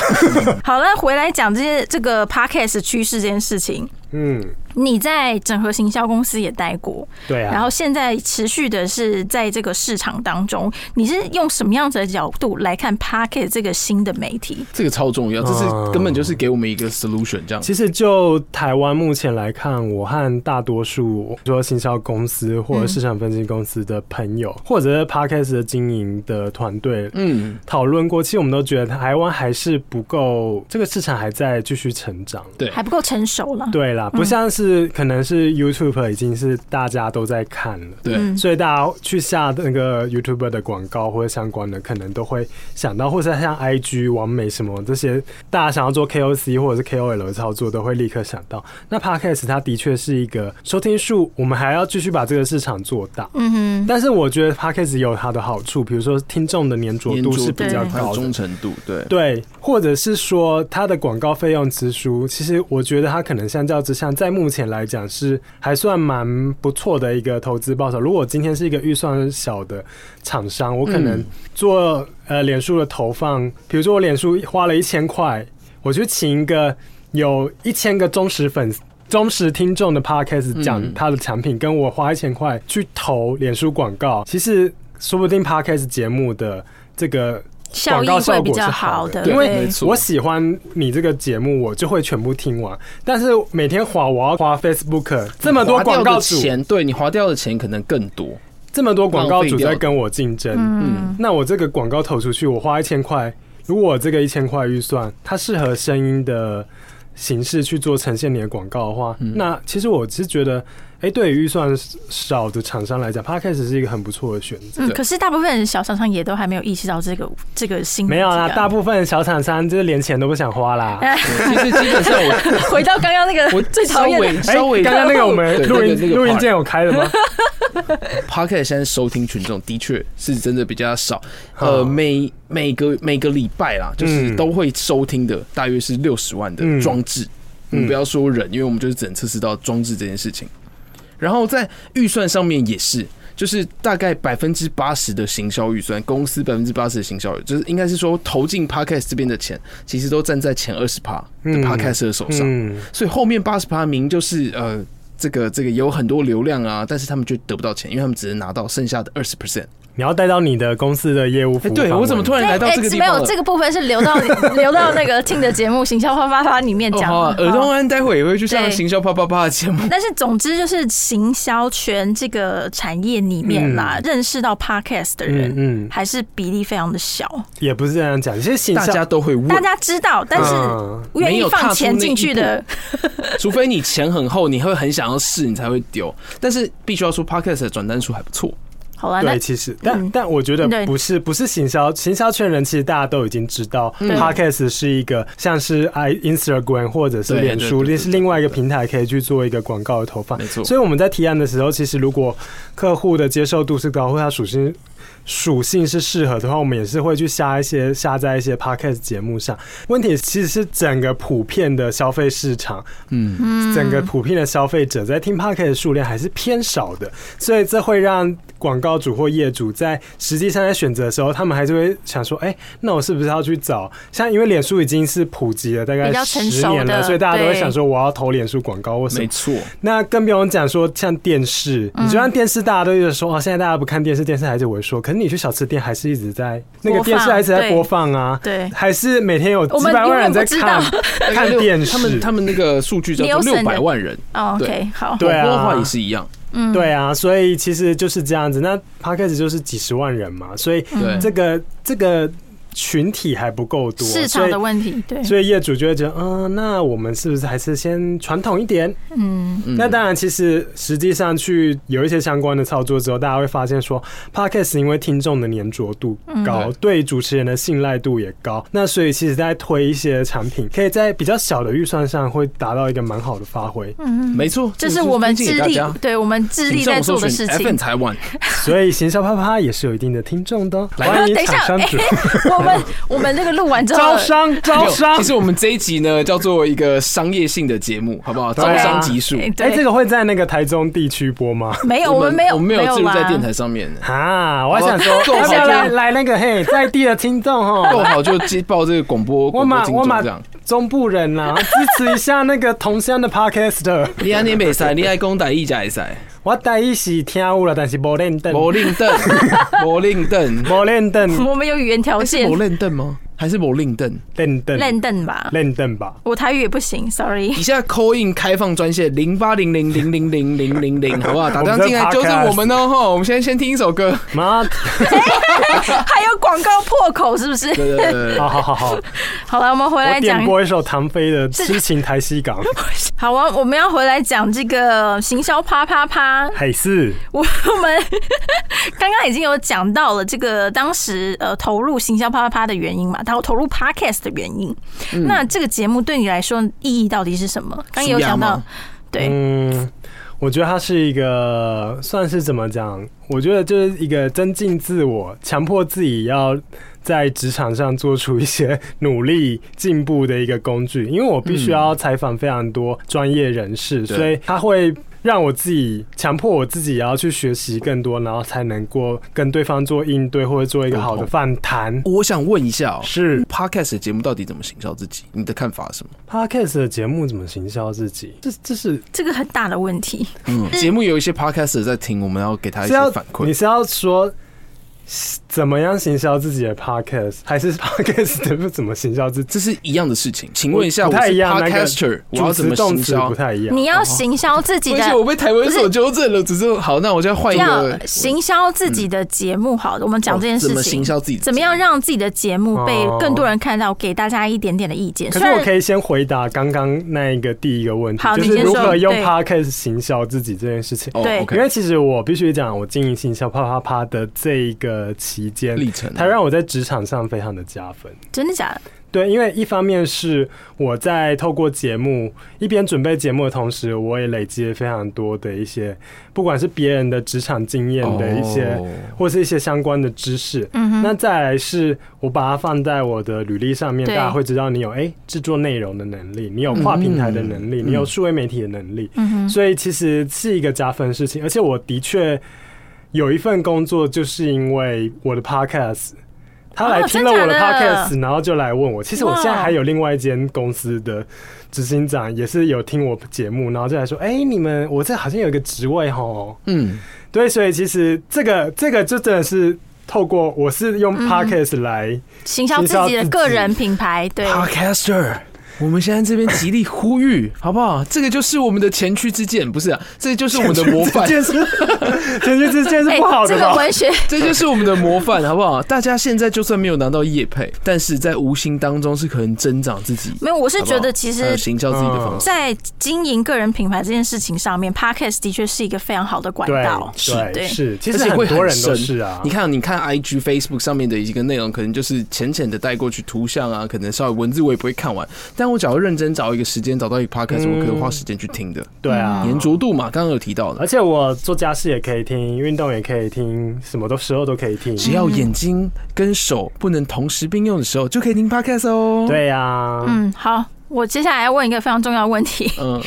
Speaker 5: 好那回来讲这些这个 podcast 趋势这件事情。
Speaker 6: 嗯，
Speaker 5: 你在整合行销公司也待过，
Speaker 6: 对啊。
Speaker 5: 然后现在持续的是在这个市场当中，你是用什么样子的角度来看 Pocket 这个新的媒体？
Speaker 4: 这个超重要，这是
Speaker 6: 嗯
Speaker 4: 根本就是给我们一个 solution 这样。
Speaker 6: 其实就台湾目前来看，我和大多数说行销公司或者市场分析公司的朋友，或者是 podcast 的经营的团队
Speaker 4: 嗯，
Speaker 6: 讨论过，其实我们都觉得台湾还是不够，这个市场还在继续成长。
Speaker 4: 对
Speaker 5: 还不够成熟了。
Speaker 6: 对啦，不像是可能是 YouTube 已经是大家都在看了。
Speaker 4: 对，
Speaker 5: 嗯
Speaker 6: 所以大家去下那个 YouTube 的广告或者相关的，可能都会想到，或者像 IG、完美什么这些，大家想要做 KOC 或者是 KOL 的操作，都会立刻想到。那 Podcast 它的确是一个收听数，我们还要继续把这个市场做大。
Speaker 5: 嗯哼，
Speaker 6: 但是我觉得 Podcast 也有它的好处，比如说听众的粘着
Speaker 4: 粘
Speaker 6: 度
Speaker 4: 着
Speaker 6: 是比较
Speaker 5: 度
Speaker 4: 还有
Speaker 6: 高的
Speaker 4: 忠，诚度，对，
Speaker 6: 对，或者是说它的广告费用支出，其实我觉得它可能相较之下，在目前来讲是还算蛮不错的一个投资报酬。如果今天是一个预算小的厂商，我可能
Speaker 4: 嗯
Speaker 6: 做、呃脸书的投放，比如说我脸书花了一千块，我去请一个有一千个忠实粉丝。忠实听众的 podcast 讲
Speaker 4: 嗯
Speaker 6: 他的产品，跟我花一千块去投脸书广告，其实说不定 podcast 节目的这个
Speaker 5: 效
Speaker 6: 广
Speaker 5: 益
Speaker 6: 告效
Speaker 5: 会
Speaker 6: 果
Speaker 5: 比较
Speaker 6: 是
Speaker 5: 好
Speaker 6: 好
Speaker 5: 的，
Speaker 4: 对
Speaker 6: 因
Speaker 4: 没
Speaker 5: 对
Speaker 4: 错。
Speaker 6: 我喜欢你这个节目，我就会全部听完。但是每天划我要划
Speaker 5: 嗯
Speaker 6: Facebook，这么多
Speaker 4: 划掉
Speaker 6: 广
Speaker 4: 的
Speaker 6: 告主，
Speaker 4: 钱，对你划掉的钱可能更多，
Speaker 6: 这么多广告主
Speaker 4: 浪
Speaker 6: 在
Speaker 4: 费掉
Speaker 6: 跟我竞争，
Speaker 5: 嗯，
Speaker 6: 那我这个广告投出去，我花一千块，如果我这个一千块预算，它适合声音的形式去做呈现你的广告的话，那其实我是觉得，哎、对于预算少的厂商来讲，Podcast 是一个很不错的选择。
Speaker 5: 嗯，
Speaker 4: 对
Speaker 5: 可是大部分小商商也都还没有意识到这个这个新啊
Speaker 6: 没有
Speaker 4: 啊
Speaker 6: 啦，
Speaker 5: 这个
Speaker 6: 大部分小厂商就是连钱都不想花啦。
Speaker 4: 其实基本上我
Speaker 5: [laughs] 回到刚刚那个
Speaker 4: 我
Speaker 5: 最
Speaker 4: 稍
Speaker 5: 讨厌的
Speaker 6: [laughs]
Speaker 4: 微
Speaker 6: 哎
Speaker 4: 稍微
Speaker 6: 刚刚那个我
Speaker 4: 对
Speaker 6: 们
Speaker 4: 那
Speaker 6: 录
Speaker 4: 个
Speaker 6: 音
Speaker 4: 那个
Speaker 6: 录音
Speaker 4: part
Speaker 6: 键有开了 [laughs] 吗？
Speaker 4: [laughs] Podcast 现在收听群众的确是真的比较少，呃，
Speaker 6: 嗯
Speaker 4: 每每个每个礼拜啦，就是
Speaker 6: 嗯
Speaker 4: 都会收听的大约是六十万的
Speaker 6: 嗯
Speaker 4: 装置，我们
Speaker 6: 嗯
Speaker 4: 不要说人，因为我们就是只能测试到装置这件事情。然后在预算上面也是，就是大概百分之八十的行销预算，公司百分之八十的行销，就是应该是说投进 Podcast 这边的钱，其实都站在前二十趴的
Speaker 6: 嗯
Speaker 4: Podcast 的手上。
Speaker 6: 嗯，
Speaker 4: 所以后面八十趴名就是呃，这个这个有很多流量啊，但是他们就得不到钱，因为他们只能拿到剩下的二十 percent。
Speaker 6: 你要带到你的公司的业务服
Speaker 4: 哎、
Speaker 6: 务、
Speaker 4: 对我怎么突？然来到这个地
Speaker 5: 哎没
Speaker 4: 方
Speaker 5: 有
Speaker 4: 了？
Speaker 5: 这个部分是留到留到那个听的节目《行销发发发》里面
Speaker 4: 哦，
Speaker 5: 讲
Speaker 4: 好啊，
Speaker 5: 的。
Speaker 4: 耳
Speaker 5: 好
Speaker 4: 东安待会也会去上
Speaker 5: 对
Speaker 4: 行销啪啪啪的节目。
Speaker 5: 但是总之就是行销圈这个产业里面啦，
Speaker 4: 嗯
Speaker 5: 认识到 podcast 的人、
Speaker 6: 嗯嗯，
Speaker 5: 还是比例非常的小，
Speaker 6: 也不是这样讲，其实行
Speaker 4: 大家
Speaker 6: 销，
Speaker 4: 都会问
Speaker 5: 大，家知道，但是
Speaker 4: 啊
Speaker 6: 嗯
Speaker 5: 愿意放钱进去的，
Speaker 4: 除非你钱很厚，你会很想要试，你才会丢。但是必须要说，Podcast 的转单数还不错。
Speaker 5: 好了，那
Speaker 6: 对，其实，但、
Speaker 5: 嗯
Speaker 6: 但我觉得
Speaker 5: 对
Speaker 6: 不是不是行销，行销圈人其实大家都已经知道
Speaker 4: 嗯
Speaker 6: ，Podcast 是一个像是 i Instagram 或者是
Speaker 4: 对
Speaker 6: 脸
Speaker 4: 对
Speaker 6: 书，
Speaker 4: 对对
Speaker 6: 是另外一个平台可以去做一个广告的投放
Speaker 4: 没。错
Speaker 6: 所以我们在提案的时候，其实如果客户的接受度是高，或者他属性属性是适合的话，我们也是会去下一些下在一些 podcast 节目上。问题其实是整个普遍的消费市场，
Speaker 4: 嗯，
Speaker 6: 整个普遍的消费者在听 podcast 的数量还是偏少的，所以这会让广告主或业主在实际上在选择的时候，他们还是会想说，哎、那我是不是要去找？像因为脸书已经是普及了大
Speaker 5: 比
Speaker 6: 概
Speaker 5: 较成
Speaker 6: 十
Speaker 5: 熟
Speaker 6: 年
Speaker 5: 的
Speaker 6: 了，所以大家都会
Speaker 5: 对
Speaker 6: 想说，我要投脸书广告或什
Speaker 4: 没
Speaker 6: 么。
Speaker 4: 错，
Speaker 6: 那更不用讲说像电视，
Speaker 5: 嗯
Speaker 6: 你就像电视，大家都一直说哦，现在大家不看电视，电视还是萎缩。可是你去小吃店，还是一直在那个
Speaker 5: 播放
Speaker 6: 电视还是在
Speaker 5: 对
Speaker 6: 播放啊，
Speaker 5: 对
Speaker 6: 还是每天有
Speaker 5: 我
Speaker 6: 几
Speaker 5: 们
Speaker 6: 百
Speaker 5: 永
Speaker 6: 万
Speaker 5: 远
Speaker 6: 人
Speaker 5: 不
Speaker 6: 在
Speaker 5: 知道
Speaker 6: 看看电视。
Speaker 4: 他们他们那个数据叫做
Speaker 5: Nielsen
Speaker 4: 六
Speaker 5: 的
Speaker 4: 百万人，
Speaker 5: 哦
Speaker 4: 对
Speaker 5: ，OK，好，
Speaker 6: 对啊
Speaker 4: 广播话也是一样。
Speaker 5: 嗯，
Speaker 6: [laughs] 对啊，所以其实就是这样子。那 podcast 就是几十万人嘛，所以
Speaker 4: 对
Speaker 6: 这个这个群体还不够多，
Speaker 5: 市
Speaker 6: 所
Speaker 5: 场
Speaker 6: 以
Speaker 5: 的问题，对，
Speaker 6: [laughs] 所以业主就会觉得，嗯、那我们是不是还是先传统一点？
Speaker 5: 嗯，
Speaker 4: 嗯
Speaker 6: 那当然，其实实际上去有一些相关的操作之后，大家会发现说，podcast 因为听众的粘着度高，
Speaker 4: 嗯
Speaker 6: 对主持人的信赖度也高，那所以其实在推一些产品，可以在比较小的预算上会达到一个蛮好的发挥。
Speaker 5: 嗯
Speaker 4: 没错，
Speaker 5: 这是我们
Speaker 4: 推荐
Speaker 5: 致
Speaker 4: 给大
Speaker 5: 力
Speaker 4: 家，
Speaker 5: 对我们致力
Speaker 4: 请上
Speaker 5: 在
Speaker 4: 网搜
Speaker 5: 做的
Speaker 4: 寻
Speaker 5: 事
Speaker 4: FN
Speaker 5: 情。
Speaker 4: 台湾，
Speaker 5: [laughs]
Speaker 6: 所以行销啪啪也是有一定的听众的、哦，欢迎
Speaker 5: 哎等一下哎
Speaker 6: 厂商主。
Speaker 5: 我我们我们这个录完之后
Speaker 6: 招，商
Speaker 4: 没
Speaker 6: 招
Speaker 4: 有
Speaker 6: 商哎
Speaker 4: 其。实我们这一集呢，叫做一个商业性的节目，好不好？招
Speaker 6: 啊
Speaker 4: 商集数。
Speaker 5: 哎
Speaker 6: 哎，这
Speaker 5: 对，
Speaker 6: 个会在那个台中地区播吗？
Speaker 5: 没有，我们没有，
Speaker 4: 我们没有
Speaker 5: 有
Speaker 4: 置入在
Speaker 5: 啦
Speaker 4: 电台上
Speaker 5: [laughs]
Speaker 4: 面的，
Speaker 6: 啊，我还想说，
Speaker 4: [laughs] 够
Speaker 6: 要不
Speaker 5: 好
Speaker 6: 要
Speaker 5: 了
Speaker 6: 来来那个嘿，在地的听众
Speaker 4: 够
Speaker 6: 哦，
Speaker 4: 好就接报这个广播
Speaker 6: 我
Speaker 4: 广播
Speaker 6: 马
Speaker 4: 金
Speaker 6: 我
Speaker 4: 钟
Speaker 6: 马
Speaker 4: 这样。
Speaker 6: 中部人呐、支持一下那个同乡的 podcaster。
Speaker 4: 你安尼袂使，你爱讲台语才会
Speaker 6: [laughs]
Speaker 4: 使。
Speaker 6: 我第一是听有了，但是无练凳，
Speaker 4: 无令凳，无令凳，
Speaker 6: 无练凳，
Speaker 5: 我们有语言条
Speaker 4: 哎是
Speaker 5: 件
Speaker 4: 无，令凳吗？还是无令凳？
Speaker 6: 练凳，
Speaker 5: 烂凳吧，
Speaker 6: 练凳吧。
Speaker 5: 我台语也不行，sorry。 [laughs]
Speaker 4: 以下扣印开放专线零八零零零零零零零零，好不好？打电话进来纠正我们哦。吼，我们现在先听一首歌。
Speaker 6: 妈，
Speaker 5: 还有广告破口是不是？
Speaker 4: 对对对对
Speaker 6: 好好好好，我
Speaker 5: 好了，我们回来讲
Speaker 6: 点。播一首唐飞的《痴情台西港》，
Speaker 5: 好啊，我们要回来讲这个行销啪啪啪。
Speaker 6: 海是
Speaker 5: 我们刚刚已经有讲到了这个当时呃投入行销啪啪啪的原因嘛，然后投入 podcast 的原因。
Speaker 4: 嗯
Speaker 5: 那这个节目对你来说意义到底是什么？刚刚也有讲
Speaker 4: 舒压
Speaker 5: 到
Speaker 4: 吗，
Speaker 5: 对，
Speaker 6: 嗯，我觉得它是一个算是怎么讲？我觉得就是一个增进自我，强迫自己要在职场上做出一些努力进步的一个工具。因为我必须要采访非常多专业人士，
Speaker 4: 对
Speaker 6: 所以它会。让我自己强迫我自己也要去学习更多，然后才能够跟对方做应对，或者做一个好的反弹。
Speaker 4: 我想问一下哦，
Speaker 6: 是
Speaker 4: podcast 的节目到底怎么行销自己？你的看法是什么？
Speaker 6: podcast 的节目怎么行销自己？这这是
Speaker 5: 这个很大的问题。
Speaker 4: 嗯，节目有一些 podcast 在听，我们要给他一
Speaker 6: 是
Speaker 4: 些
Speaker 6: 要
Speaker 4: 反
Speaker 6: 你
Speaker 4: 馈。
Speaker 6: 是要说怎么样行销自己的 podcast，还是 podcast 怎么怎么行销自己？
Speaker 4: 这是一样的事情，请问一下，
Speaker 6: 不
Speaker 4: 我
Speaker 6: 太
Speaker 4: 是
Speaker 6: 一样，那个
Speaker 4: podcaster，我要
Speaker 6: 主
Speaker 4: 怎
Speaker 6: 词
Speaker 4: 么
Speaker 6: 动
Speaker 4: 行
Speaker 6: 词
Speaker 4: 销
Speaker 6: 不？太一样。
Speaker 5: 你要行销自己
Speaker 4: 而
Speaker 5: 的
Speaker 4: 啊哦且我被台湾所纠正了，只是好，那我就要换一
Speaker 5: 要
Speaker 4: 个
Speaker 5: 行销自己的节目，好，我们讲这件事
Speaker 4: 怎么
Speaker 5: 情
Speaker 4: 行。销自己，
Speaker 5: 怎么样让自己的节目被更多人看到，给大家一点点的意见。
Speaker 6: 可
Speaker 5: 虽
Speaker 6: 是
Speaker 5: 然
Speaker 6: 我可以先回答刚刚那一个第一个问题
Speaker 5: 好，
Speaker 6: 就
Speaker 5: 你
Speaker 6: 是
Speaker 5: 先
Speaker 6: 如
Speaker 5: 说
Speaker 6: 何用
Speaker 5: 对
Speaker 6: podcast 行销自己这件事情。
Speaker 4: 哦
Speaker 5: 对
Speaker 4: OK
Speaker 6: 因为其实我必须讲，我经营行销啪啪啪的这一个期间，
Speaker 4: 历程啊
Speaker 6: 它让我在职场上非常的加分。
Speaker 5: 真的假的？
Speaker 6: 对，因为一方面是我在透过节目一边准备节目的同时，我也累积了非常多的一些，不管是别人的职场经验的一些，
Speaker 4: 哦
Speaker 6: 或是一些相关的知识。
Speaker 5: 嗯哼，
Speaker 6: 那再来是我把它放在我的履历上面，大
Speaker 5: 对
Speaker 6: 家会知道你有哎制作内容的能力，你有跨平台的能力，
Speaker 4: 嗯
Speaker 6: 你有数位媒体的能力，
Speaker 5: 嗯哼，
Speaker 6: 所以其实是一个加分的事情。而且我的确有一份工作，就是因为我的 podcast，他来
Speaker 5: 哦
Speaker 6: 听了我的
Speaker 5: 真假的
Speaker 6: podcast，、然后就来问我。其实我
Speaker 5: 哇
Speaker 6: 现在还有另外一间公司的执行长也是有听我节目，然后就来说：“哎、你们我这好像有一个职位吼。
Speaker 4: 嗯，”
Speaker 6: 对，所以其实这个这个就真的是。透过我是用
Speaker 5: 嗯
Speaker 6: podcast 来，
Speaker 5: 行销自己的个人品牌，对，
Speaker 6: [laughs]
Speaker 4: Podcaster，我们现在这边极力呼吁，好不好？这个就是我们的前驱之剑，不是、啊？这就是我们的模范
Speaker 6: 这，件事，这件事，这件事不好
Speaker 5: 哎这
Speaker 6: 的
Speaker 5: 个
Speaker 6: 吧？
Speaker 5: 文学
Speaker 4: 这就是我们的模范，好不好？大家现在就算没有拿到业配，但是在无形当中是可能增长自己，
Speaker 5: 没有，我是
Speaker 4: 好不好
Speaker 5: 觉得其
Speaker 4: 还有
Speaker 5: 实。
Speaker 4: 行销自己的
Speaker 6: 嗯
Speaker 4: 方式。
Speaker 5: 在经营个人品牌这件事情上面，Podcast 的确是一个非常好的管
Speaker 6: 对
Speaker 5: 道。
Speaker 6: 对
Speaker 5: 对
Speaker 6: 是，其
Speaker 4: 而
Speaker 6: 实
Speaker 4: 且会
Speaker 6: 很多
Speaker 4: 很
Speaker 6: 人都
Speaker 4: 深
Speaker 6: 是啊
Speaker 4: 你。看，你看 I G、Facebook 上面的一个内容，可能就是浅浅的带过去图像啊，可能稍微文字我也不会看完。但我只要认真找一个时间，找到一个 podcast，、
Speaker 6: 嗯
Speaker 4: 我可以花时间去听的。
Speaker 6: 对啊，
Speaker 5: 嗯
Speaker 4: 粘着度嘛，刚刚有提到
Speaker 6: 而
Speaker 4: 的，
Speaker 6: 且我做家事也可以听，运动也可以听，什么都时候都可以听。
Speaker 4: 只要眼睛跟手不能同时并用的时候，就可以听 podcast 哦。，
Speaker 6: 对呀、啊，
Speaker 5: 嗯，好，我接下来要问一个非常重要的问题，
Speaker 4: 嗯，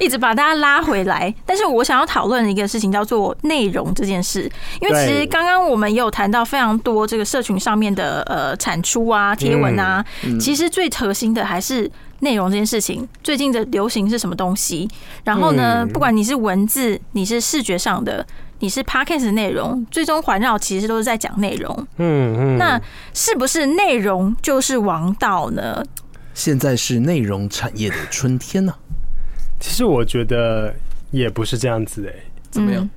Speaker 5: 一直把大家拉回来。 [laughs] 但是我想要讨论一个事情，叫做内容这件事。因为其实
Speaker 6: 对
Speaker 5: 刚刚我们也有谈到非常多这个社群上面的呃产出
Speaker 6: 嗯
Speaker 5: 啊、贴文啊，其实最核心的还是内容这件事情。最近的流行是什么东西？然后呢，
Speaker 6: 嗯
Speaker 5: 不管你是文字，你是视觉上的。你是 podcast 的内容，最终环绕其实都是在讲内容。
Speaker 6: 嗯嗯，
Speaker 5: 那是不是内容就是王道呢？
Speaker 4: 现在是内容产业的春天呢、啊
Speaker 6: 其实我觉得也不是这样子哎、
Speaker 4: 怎么
Speaker 5: 嗯
Speaker 4: 样？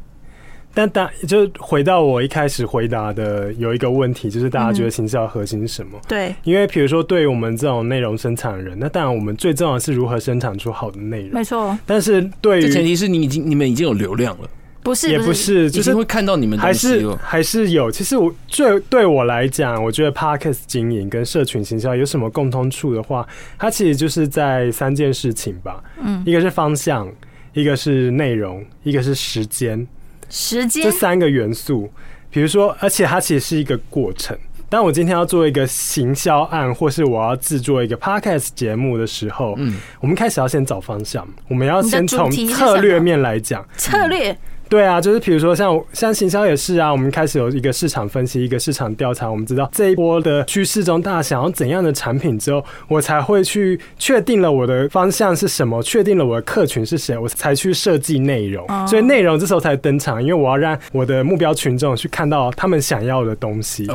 Speaker 6: 但大就回到我一开始回答的有一个问题，就是大家觉得行销的核心是什么？
Speaker 5: 对，
Speaker 6: 因为比如说，对于我们这种内容生产的人，那当然我们最重要的是如何生产出好的内容
Speaker 5: 没。错，
Speaker 6: 但是对
Speaker 4: 这前
Speaker 6: 于
Speaker 4: 提是你已经你们已经有流量了，
Speaker 5: 不是
Speaker 6: 也不是，
Speaker 4: 就
Speaker 6: 就是
Speaker 4: 是会看到你们的
Speaker 6: 还
Speaker 4: 东西哦
Speaker 6: 是
Speaker 4: 了。
Speaker 6: 还是有。其实我最对我来讲，我觉得 podcast 经营跟社群行销有什么共通处的话，它其实就是在三件事情吧。
Speaker 5: 嗯
Speaker 6: 一个是方向，一个是内容，一个是时间，
Speaker 5: 时
Speaker 6: 这
Speaker 5: 间
Speaker 6: 三个元素。比如说，而且它其实是一个过程。当我今天要做一个行销案，或是我要制作一个 podcast 节目的时候，嗯，我们开始要先找方向，我们要
Speaker 5: 你的
Speaker 6: 先
Speaker 5: 主
Speaker 6: 从
Speaker 5: 题是
Speaker 6: 策
Speaker 5: 什
Speaker 6: 略
Speaker 5: 么
Speaker 6: 面来讲，
Speaker 5: 策略
Speaker 6: 对啊，就是比如说像像行销也是啊，我们开始有一个市场分析，一个市场调查，我们知道这一波的趋势中大家想要怎样的产品之后，我才会去确定了我的方向是什么，确定了我的客群是谁，我才去设计内容。
Speaker 4: 哦
Speaker 6: 所以内容这时候才登场，因为我要让我的目标群众去看到他们想要的东西。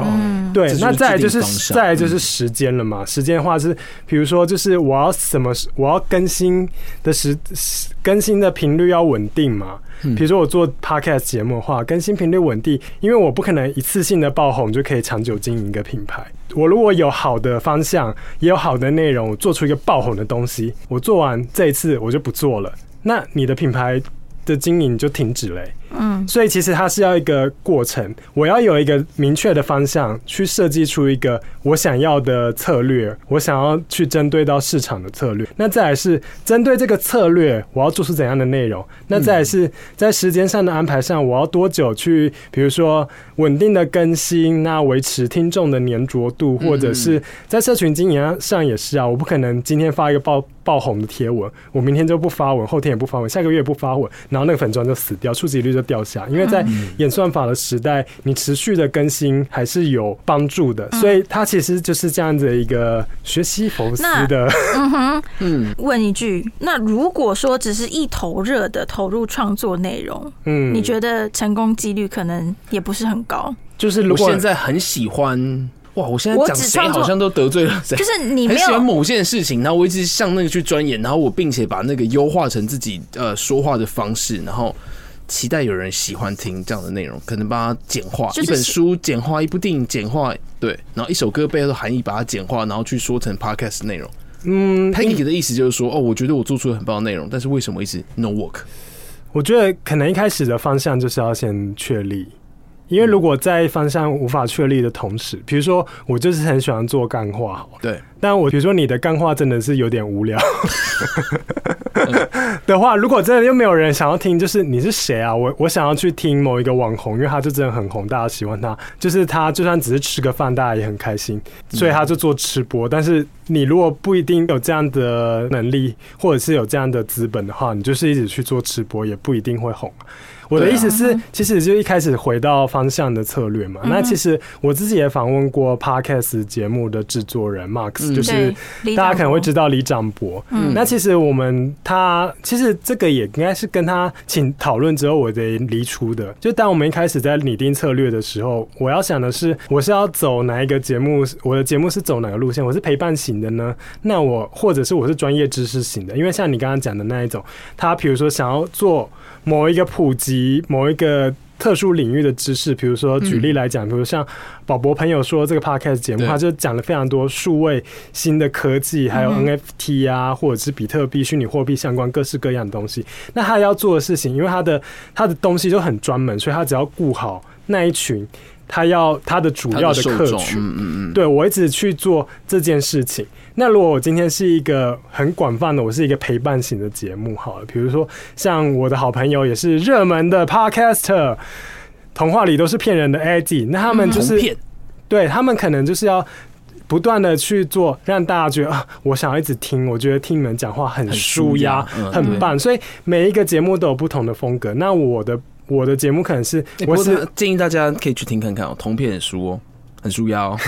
Speaker 6: 对
Speaker 4: 哦这，
Speaker 6: 那
Speaker 4: 就是制定方
Speaker 6: 再来就是
Speaker 4: 向嗯
Speaker 6: 再来就是时间了嘛。时间的话是，比如说就是我要什么时，我要更新的时时更新的频率要稳定嘛。比如说我做 podcast 节目的话，更新频率稳定，因为我不可能一次性的爆红就可以长久经营一个品牌。我如果有好的方向，也有好的内容，我做出一个爆红的东西，我做完这一次我就不做了，那你的品牌的经营就停止了欸、所以其实它是要一个过程，我要有一个明确的方向，去设计出一个我想要的策略，我想要去针对到市场的策略。那再来是针对这个策略，我要做出怎样的内容？那再来是在时间上的安排上，我要多久去，比如说稳定的更新，那维持听众的粘着度，
Speaker 4: 嗯
Speaker 6: 或者是在社群经营上也是啊，我不可能今天发一个爆爆红的贴文，我明天就不发文，后天也不发文，下个月也不发文，然后那个粉砖就死掉，触及率就掉下。因为在
Speaker 4: 嗯
Speaker 6: 演算法的时代，你持续的更新还是有帮助
Speaker 4: 嗯
Speaker 6: 的，所以它其实就是这样子的一个学习佛斯的。
Speaker 5: 问一句，那如果说只是一头热的投入创作内容，
Speaker 6: 嗯，
Speaker 5: 你觉得成功几率可能也不是很高，
Speaker 6: 就是如
Speaker 4: 我
Speaker 6: 果
Speaker 4: 现在很喜欢，哇！我现在
Speaker 5: 我
Speaker 4: 讲
Speaker 5: 只
Speaker 4: 谁
Speaker 5: 创作
Speaker 4: 好像都得罪了谁
Speaker 5: 就。是你
Speaker 4: 很
Speaker 5: 没
Speaker 4: 喜欢
Speaker 5: 有。
Speaker 4: 某件事情，然后我一直向那个去钻研，然后我并且把那个优化成自己呃说话的方式，然后期待有人喜欢听这样的内容，可能把它简化，
Speaker 5: 就是
Speaker 4: 一本书简化，一部电影简化，对，然后一首歌背后的含义把它简化，然后去说成 podcast 内容。
Speaker 6: 嗯，
Speaker 4: Peggy 的意思就是说，哦，我觉得我做出了很棒的内容，但是为什么一直 no work？
Speaker 6: 我觉得可能一开始的方向就是要先确立，因为如果在方向无法确立的同时，比如说我就是很喜欢做干话好了，
Speaker 4: 对，
Speaker 6: 但我比如说你的干话真的是有点无聊的话，如果真的又没有人想要听，就是你是谁啊？我我想要去听某一个网红，因为他就真的很红，大家喜欢他，就是他就算只是吃个饭，大家也很开心，所以他就做吃播。但是你如果不一定有这样的能力，或者是有这样的资本的话，你就是一直去做吃播，也不一定会红。我的
Speaker 4: 对啊嗯
Speaker 6: 意思是，其实就一开始回到方向的策略嘛。那其实我自己也访问过 podcast 节目的制作人
Speaker 4: 嗯
Speaker 6: Max，就是
Speaker 5: 对，李
Speaker 6: 大家
Speaker 5: 长
Speaker 6: 可能
Speaker 5: 博
Speaker 6: 会知道李长博。
Speaker 5: 嗯
Speaker 6: 那其实我们他其实这个也应该是跟他请讨论之后我的离出的。就当我们一开始在拟定策略的时候，我要想的是我是要走哪一个节目，我的节目是走哪个路线？我是陪伴型的呢？那我或者是我是专业知识型的？因为像你刚刚讲的那一种，他比如说想要做某一个普及某一个。特殊领域的知识，比如说举例来讲，比如像宝博朋友说这个 podcast 节目，
Speaker 4: 对
Speaker 6: 他就讲了非常多数位新的科技，还有
Speaker 4: 嗯
Speaker 6: NFT 啊，或者是比特币、虚拟货币相关各式各样的东西。那他要做的事情，因为他的他的东西就很专门，所以他只要顾好那一群他要他的主
Speaker 4: 他
Speaker 6: 要
Speaker 4: 受
Speaker 6: 客
Speaker 4: 众，
Speaker 6: 群，
Speaker 4: 嗯嗯嗯，
Speaker 6: 对我一直去做这件事情。那如果我今天是一个很广泛的，我是一个陪伴型的节目，好了，比如说像我的好朋友也是热门的 podcaster，童话里都是骗人的 Eddie，那他们就
Speaker 4: 嗯同
Speaker 6: 是、
Speaker 4: 片
Speaker 6: 对他们可能就是要。不断的去做，让大家觉得啊，我想要一直听，我觉得听你们讲话很
Speaker 4: 很
Speaker 6: 舒
Speaker 4: 舒
Speaker 6: 压
Speaker 4: 压，嗯
Speaker 6: 很棒。所以每一个节目都有不同的风格。那我的我的节目可能是
Speaker 4: 欸
Speaker 6: 我
Speaker 4: 不过
Speaker 6: 是
Speaker 4: 他建议大家可以去听看看哦，同片很舒哦，很舒压哦，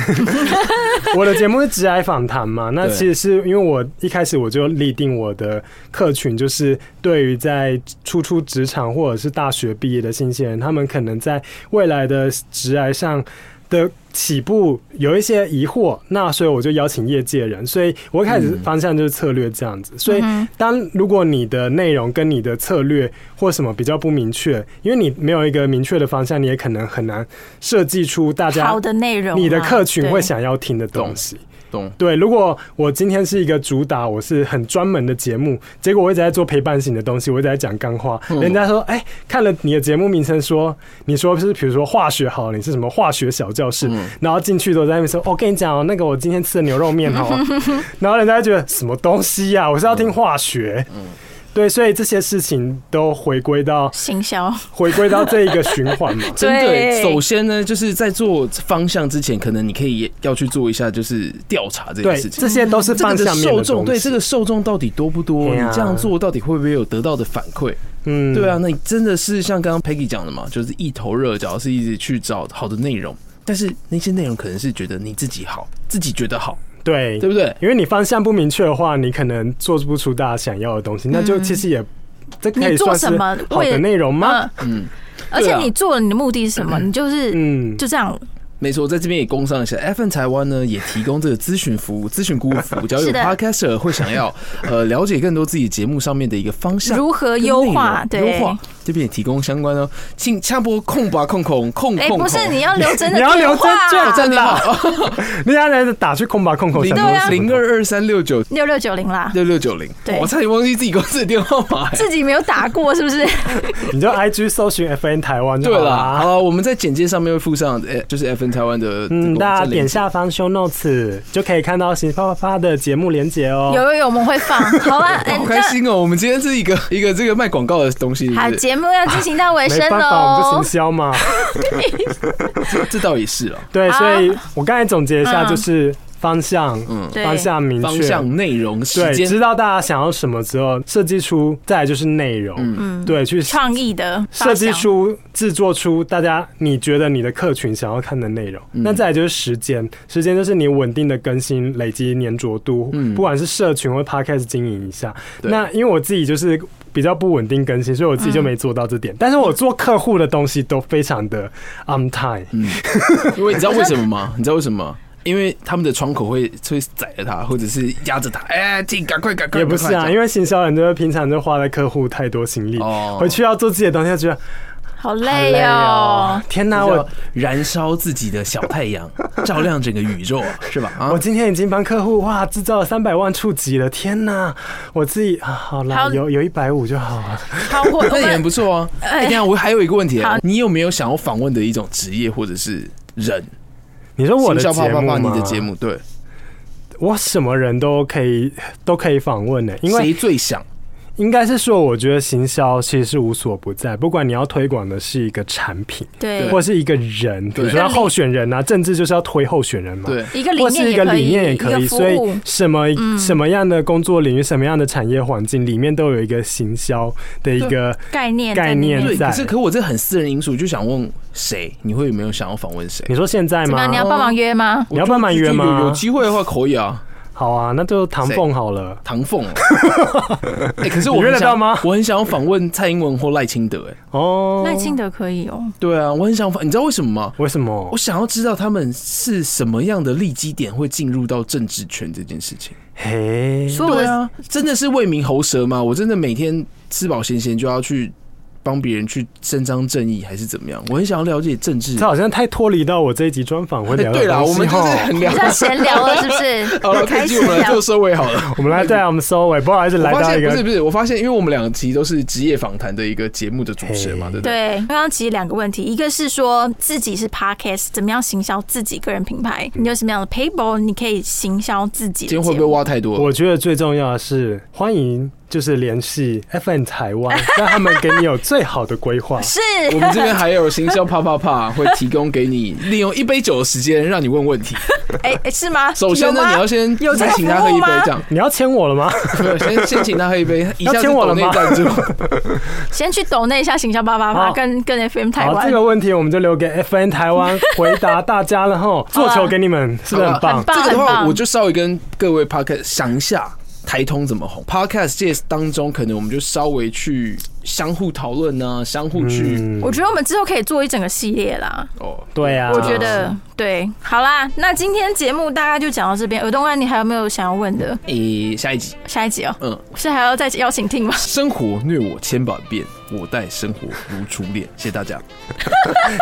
Speaker 6: [laughs] 我的节目是直癌访谈嘛，那
Speaker 4: 对
Speaker 6: 其实是因为我一开始我就立定我的客群，就是对于在初出职场或者是大学毕业的新鲜人，他们可能在未来的职癌上的起步有一些疑惑，那所以我就邀请业界人，所以我一开始方向就是策略这样子，
Speaker 5: 嗯
Speaker 6: 所以当如果你的内容跟你的策略或什么比较不明确，因为你没有一个明确的方向，你也可能很难设计出大家
Speaker 5: 好的内容啊，
Speaker 6: 你的客群会
Speaker 5: 对
Speaker 6: 想要听的东西。
Speaker 4: 懂？
Speaker 6: 对，如果我今天是一个主打，我是很专门的节目，结果我一直在做陪伴型的东西，我一直在讲干话，
Speaker 4: 嗯
Speaker 6: 人家说，哎、看了你的节目名称说，你说是比如说化学好了，你是什么化学小教室，
Speaker 4: 嗯
Speaker 6: 然后进去都在那边说，哦，跟你讲哦，那个我
Speaker 4: [laughs]
Speaker 6: 今
Speaker 4: 嗯
Speaker 6: 天吃的牛肉面哦，然后人家就觉得什么东西呀、我是要听化学。对，所以这些事情都回归到
Speaker 5: 行销，
Speaker 6: 回归到这一个循环嘛。
Speaker 4: 真的，
Speaker 5: 对
Speaker 4: 首先呢，就是在做方向之前，可能你可以也要去做一下，就是调查 [laughs] 这件
Speaker 6: 对，
Speaker 4: 事情。
Speaker 6: 这些都是
Speaker 4: 嗯这个
Speaker 6: 放
Speaker 4: 的
Speaker 6: 下面
Speaker 4: 受
Speaker 6: 的
Speaker 4: 众，
Speaker 6: 东
Speaker 4: 对
Speaker 6: 西
Speaker 4: 这个受众到底多不多？
Speaker 6: 对啊
Speaker 4: 你这样做到底会不会有得到的反馈？
Speaker 6: 嗯
Speaker 4: 对啊，，那你真的是像刚刚 Peggy 讲的嘛，就是一头热，只要是一直去找好的内容，但是那些内容可能是觉得你自己好，自己觉得好，
Speaker 6: 对
Speaker 4: 对，不对？
Speaker 6: 因为你方向不明确的话，你可能做不出大家想要的东西，那就其实也这可以
Speaker 5: 嗯你做
Speaker 6: 算是
Speaker 5: 什么
Speaker 6: 好
Speaker 5: 为
Speaker 6: 的内容吗？
Speaker 5: 嗯
Speaker 4: 嗯，
Speaker 5: 而且你做了你的目的是什么？你就是
Speaker 6: 嗯，
Speaker 5: 就这样，
Speaker 4: 没错，我在这边也工商一下，FN 台湾呢也提供这个咨询服务、咨询顾问服务，只要有
Speaker 5: 是的
Speaker 4: Podcaster 会想
Speaker 5: [laughs]
Speaker 4: 要呃了解更多自己节目上面的一个方向。
Speaker 5: 如何
Speaker 4: 跟
Speaker 5: 优
Speaker 4: 内
Speaker 5: 化？
Speaker 4: 容
Speaker 5: 对
Speaker 4: 优，化这边也提供相关哦，请掐播空吧空空空
Speaker 5: 哎，
Speaker 4: 空空，
Speaker 5: 不是你要留真的
Speaker 6: 你
Speaker 5: 电
Speaker 6: 要
Speaker 5: 话，啊
Speaker 4: [laughs] 哦
Speaker 6: 留真
Speaker 4: 这样电话
Speaker 6: 你要来打去空吧空口想说什么
Speaker 4: 零二二三六九
Speaker 5: 六六九零啦，
Speaker 4: 六六九零，
Speaker 5: 对
Speaker 4: 我差点忘记自己公司的电话号码。哎
Speaker 5: 自己没有打过是不是？
Speaker 6: 你就 IG 搜寻 FN 台湾就
Speaker 4: 对
Speaker 6: 好啊
Speaker 4: 了，
Speaker 6: 啦
Speaker 4: 好。了，我们在简介上面会附上，哎，就是 FN 台湾的，
Speaker 6: 嗯，大家点
Speaker 4: 下。
Speaker 6: 下方 show notes 就可以看到行啪啪啪的节目连结哦。
Speaker 5: 有有有，我们会
Speaker 6: [laughs]
Speaker 5: 放。好啦，哎
Speaker 4: 好开心哦！我们今天是一个一个这个卖广告的东西，是
Speaker 5: 那
Speaker 4: 不
Speaker 5: 好，
Speaker 4: 是
Speaker 5: 节目要进行到尾
Speaker 6: 没
Speaker 5: 声
Speaker 6: 办法，我们就
Speaker 5: 喽
Speaker 6: 行。销嘛。
Speaker 5: [laughs]
Speaker 4: [laughs] 这这倒也是了。
Speaker 6: 对，
Speaker 5: 好
Speaker 6: 所以我刚才总结一下，
Speaker 5: 啊嗯
Speaker 6: 就是方向，
Speaker 4: 嗯
Speaker 5: 对
Speaker 6: 方向明确，
Speaker 4: 方向、内容、时
Speaker 6: 对，
Speaker 4: 间
Speaker 6: 知，道大家想要什么之后，设计出，再来就是内容，
Speaker 5: 嗯，
Speaker 6: 对，去设
Speaker 5: 创意的发
Speaker 6: 计
Speaker 5: 想
Speaker 6: 出、制作出大家你觉得你的客群想要看的内容。
Speaker 4: 嗯
Speaker 6: 那再来就是时间，时间就是你稳定的更新、累积粘着度，
Speaker 4: 嗯
Speaker 6: 不管是社群或 podcast 经营一下。
Speaker 4: 对
Speaker 6: 那因为我自己就是。比较不稳定更新，所以我自己就没做到这
Speaker 4: 嗯
Speaker 6: 点。但是我做客户的东西都非常的 on time，
Speaker 4: 嗯因为你知道为什么吗？ [laughs] 你知道为什么吗？因为他们的窗口会会宰着他，或者是压着他，哎，自己赶快赶快，
Speaker 6: 也不是啊，因
Speaker 4: 为
Speaker 6: 为行销人就是平常就花在客户太多心力，
Speaker 4: 哦
Speaker 6: 回去要做自己的东西，就觉得
Speaker 5: 好
Speaker 6: 好
Speaker 5: 累哦。！
Speaker 6: 天哪，
Speaker 4: 那
Speaker 6: 我
Speaker 4: 我燃烧自己的小太
Speaker 6: [laughs]
Speaker 4: 阳，照亮整个宇宙啊，是吧？啊
Speaker 6: 我，今天已经帮客户哇制造了三百万触及了，天哪！我自己啊，好啦，
Speaker 5: 好
Speaker 6: 有有一百五就好了。
Speaker 5: 好，我我
Speaker 4: 那 [laughs] 也很
Speaker 5: 们
Speaker 4: 不错啊。哎，
Speaker 5: 哎
Speaker 4: 等一下我还有一个问题
Speaker 5: 好，
Speaker 4: 你有没有想要访问的一种职业或者是人？
Speaker 6: 你说我的节
Speaker 4: 行销
Speaker 6: 目
Speaker 4: 啪啪啪
Speaker 6: 吗
Speaker 4: 你的节，目对，
Speaker 6: 我什么人都可以都可以访问的、因为
Speaker 4: 谁最想？
Speaker 6: 应该是说，我觉得行销其实是无所不在，不管你要推广的是一个产品。
Speaker 5: 对
Speaker 6: 或是一个人，比如
Speaker 4: 对
Speaker 6: 说候选人啊，政治就是要推候选人嘛，
Speaker 4: 对，
Speaker 5: 一个理
Speaker 6: 或是
Speaker 5: 念
Speaker 6: 一
Speaker 5: 也
Speaker 6: 个
Speaker 5: 可以，
Speaker 6: 理念也可
Speaker 5: 一
Speaker 6: 以，
Speaker 5: 个服
Speaker 6: 所以
Speaker 5: 务。嗯
Speaker 6: 什么什么样的工作领域、什么样的产业环境里面都有一个行销的一个
Speaker 5: 概念
Speaker 6: 概
Speaker 5: 在里
Speaker 6: 念
Speaker 5: 面
Speaker 4: 对，
Speaker 6: 在
Speaker 4: 可是可我这很私人因素，就想问谁，你会有没有想要访问谁？
Speaker 6: 你说现在
Speaker 5: 怎么
Speaker 6: 吗
Speaker 5: 样？你？要帮忙约吗？
Speaker 6: 你要帮忙约吗
Speaker 4: 我就有有机会的话可以啊，
Speaker 6: 好啊，那就唐凤好了。
Speaker 4: 唐 [laughs] 凤哦。哎，可是我
Speaker 6: 你约得
Speaker 4: 很想
Speaker 6: 到吗
Speaker 4: 我很想要访问蔡英文或赖清德。哎，
Speaker 6: 哦，
Speaker 5: 耐心的可以哦。
Speaker 4: 对啊，我很想访，你知道为什么吗？
Speaker 6: 为什么
Speaker 4: 我？想要知道他们是什么样的利基点会进入到政治圈这件事情。
Speaker 6: 嘿，
Speaker 5: 所有
Speaker 4: 对
Speaker 5: 的
Speaker 4: 啊，真的是为民喉舌吗？我真的每天吃饱闲闲就要去帮别人去伸张正义，还是怎么样？我很想要了解政治
Speaker 6: 这。好像太脱离到我这一集专访会
Speaker 4: 哎
Speaker 6: 聊的
Speaker 4: 对啦，
Speaker 6: 东
Speaker 4: 我
Speaker 6: 西
Speaker 4: 们就是 [laughs]
Speaker 6: 齁
Speaker 4: 很
Speaker 5: 比
Speaker 4: 聊
Speaker 5: 较
Speaker 6: [laughs]
Speaker 5: 闲聊了，是不
Speaker 4: [laughs] 好了，这
Speaker 5: 是？开
Speaker 4: 一集
Speaker 5: 始
Speaker 4: 我们来
Speaker 5: 聊
Speaker 4: 做。收尾好了。
Speaker 6: 我们来对啊，我们收尾，不好意思，来
Speaker 4: 我发
Speaker 6: 到一
Speaker 4: 现不是不
Speaker 6: 个
Speaker 4: 是，我发现因为我们两集都是职业访谈的一个节目的主持人嘛，
Speaker 6: 嘿
Speaker 4: 对不对？
Speaker 5: 对，刚刚其实两个问题，一个是说自己是 podcast，怎么样行销自己个人品牌？你有什么样的 paper，你可以行销自己
Speaker 4: 今
Speaker 5: 的节
Speaker 4: 天
Speaker 5: 目？
Speaker 4: 会不会挖太多？
Speaker 6: 我觉得最重要的是，欢迎就是联系 FN 台
Speaker 5: [laughs]
Speaker 6: 湾，让他们给你有最好的规划。
Speaker 5: 是
Speaker 4: 我们这边还有行销啪啪啪会提供给你，利用一杯酒的时间让你问问
Speaker 6: [laughs]
Speaker 4: 题。
Speaker 5: 哎、哎是吗？
Speaker 4: 首先呢，
Speaker 5: 有吗
Speaker 4: 你要先
Speaker 5: 有这
Speaker 4: 先
Speaker 5: 个
Speaker 4: 请他喝一杯，这样
Speaker 6: 你要签我了吗？
Speaker 4: 对，
Speaker 6: [laughs]
Speaker 4: 先先请他喝一杯，以下
Speaker 6: 要
Speaker 4: 是
Speaker 6: 签我
Speaker 4: 抖
Speaker 6: 了
Speaker 4: 内
Speaker 6: 吗
Speaker 4: 赞
Speaker 6: [laughs]
Speaker 4: 助。
Speaker 5: 先去抖那一下行销八八八，
Speaker 4: 哦
Speaker 6: 好
Speaker 5: 跟跟 FM 台
Speaker 6: 好，
Speaker 5: 湾
Speaker 6: 这个问题我们就留给 FN 台湾回答大家
Speaker 5: [laughs]
Speaker 6: 了哈。做球给你们，是不是
Speaker 5: 啊
Speaker 6: 很
Speaker 5: 很
Speaker 6: 棒？
Speaker 5: 棒
Speaker 4: 啊这个的
Speaker 5: 很
Speaker 4: 话，
Speaker 5: 棒
Speaker 4: 我就稍微跟各位 podcast 想一下。台通怎么红？Podcast 界当中，可能我们就稍微去相互讨论呢，相互去、
Speaker 6: 嗯，
Speaker 5: 我觉得我们之后可以做一整个系列啦。
Speaker 4: 哦，
Speaker 6: 对啊，
Speaker 5: 我觉得对，好啦，那今天节目大概就讲到这边。耳东安，你还有没有想要问的？
Speaker 4: 诶、下一集，
Speaker 5: 下一集哦，
Speaker 4: 嗯，
Speaker 5: 是还要再邀请听吗？
Speaker 4: 生活虐我千百遍，我待生活如初恋。谢谢大家，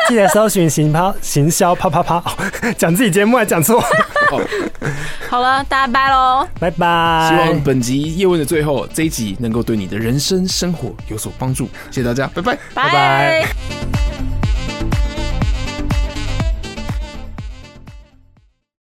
Speaker 6: 记得搜寻行抛行销啪啪啪， [laughs] 哦讲自己节目还
Speaker 5: [laughs]
Speaker 6: 讲错，
Speaker 5: 好了，大家拜喽。
Speaker 6: 拜
Speaker 4: 希
Speaker 6: 拜
Speaker 4: 望。本集叶问的最后这一集能够对你的人生生活有所帮助。谢谢大家，拜拜。
Speaker 6: 拜拜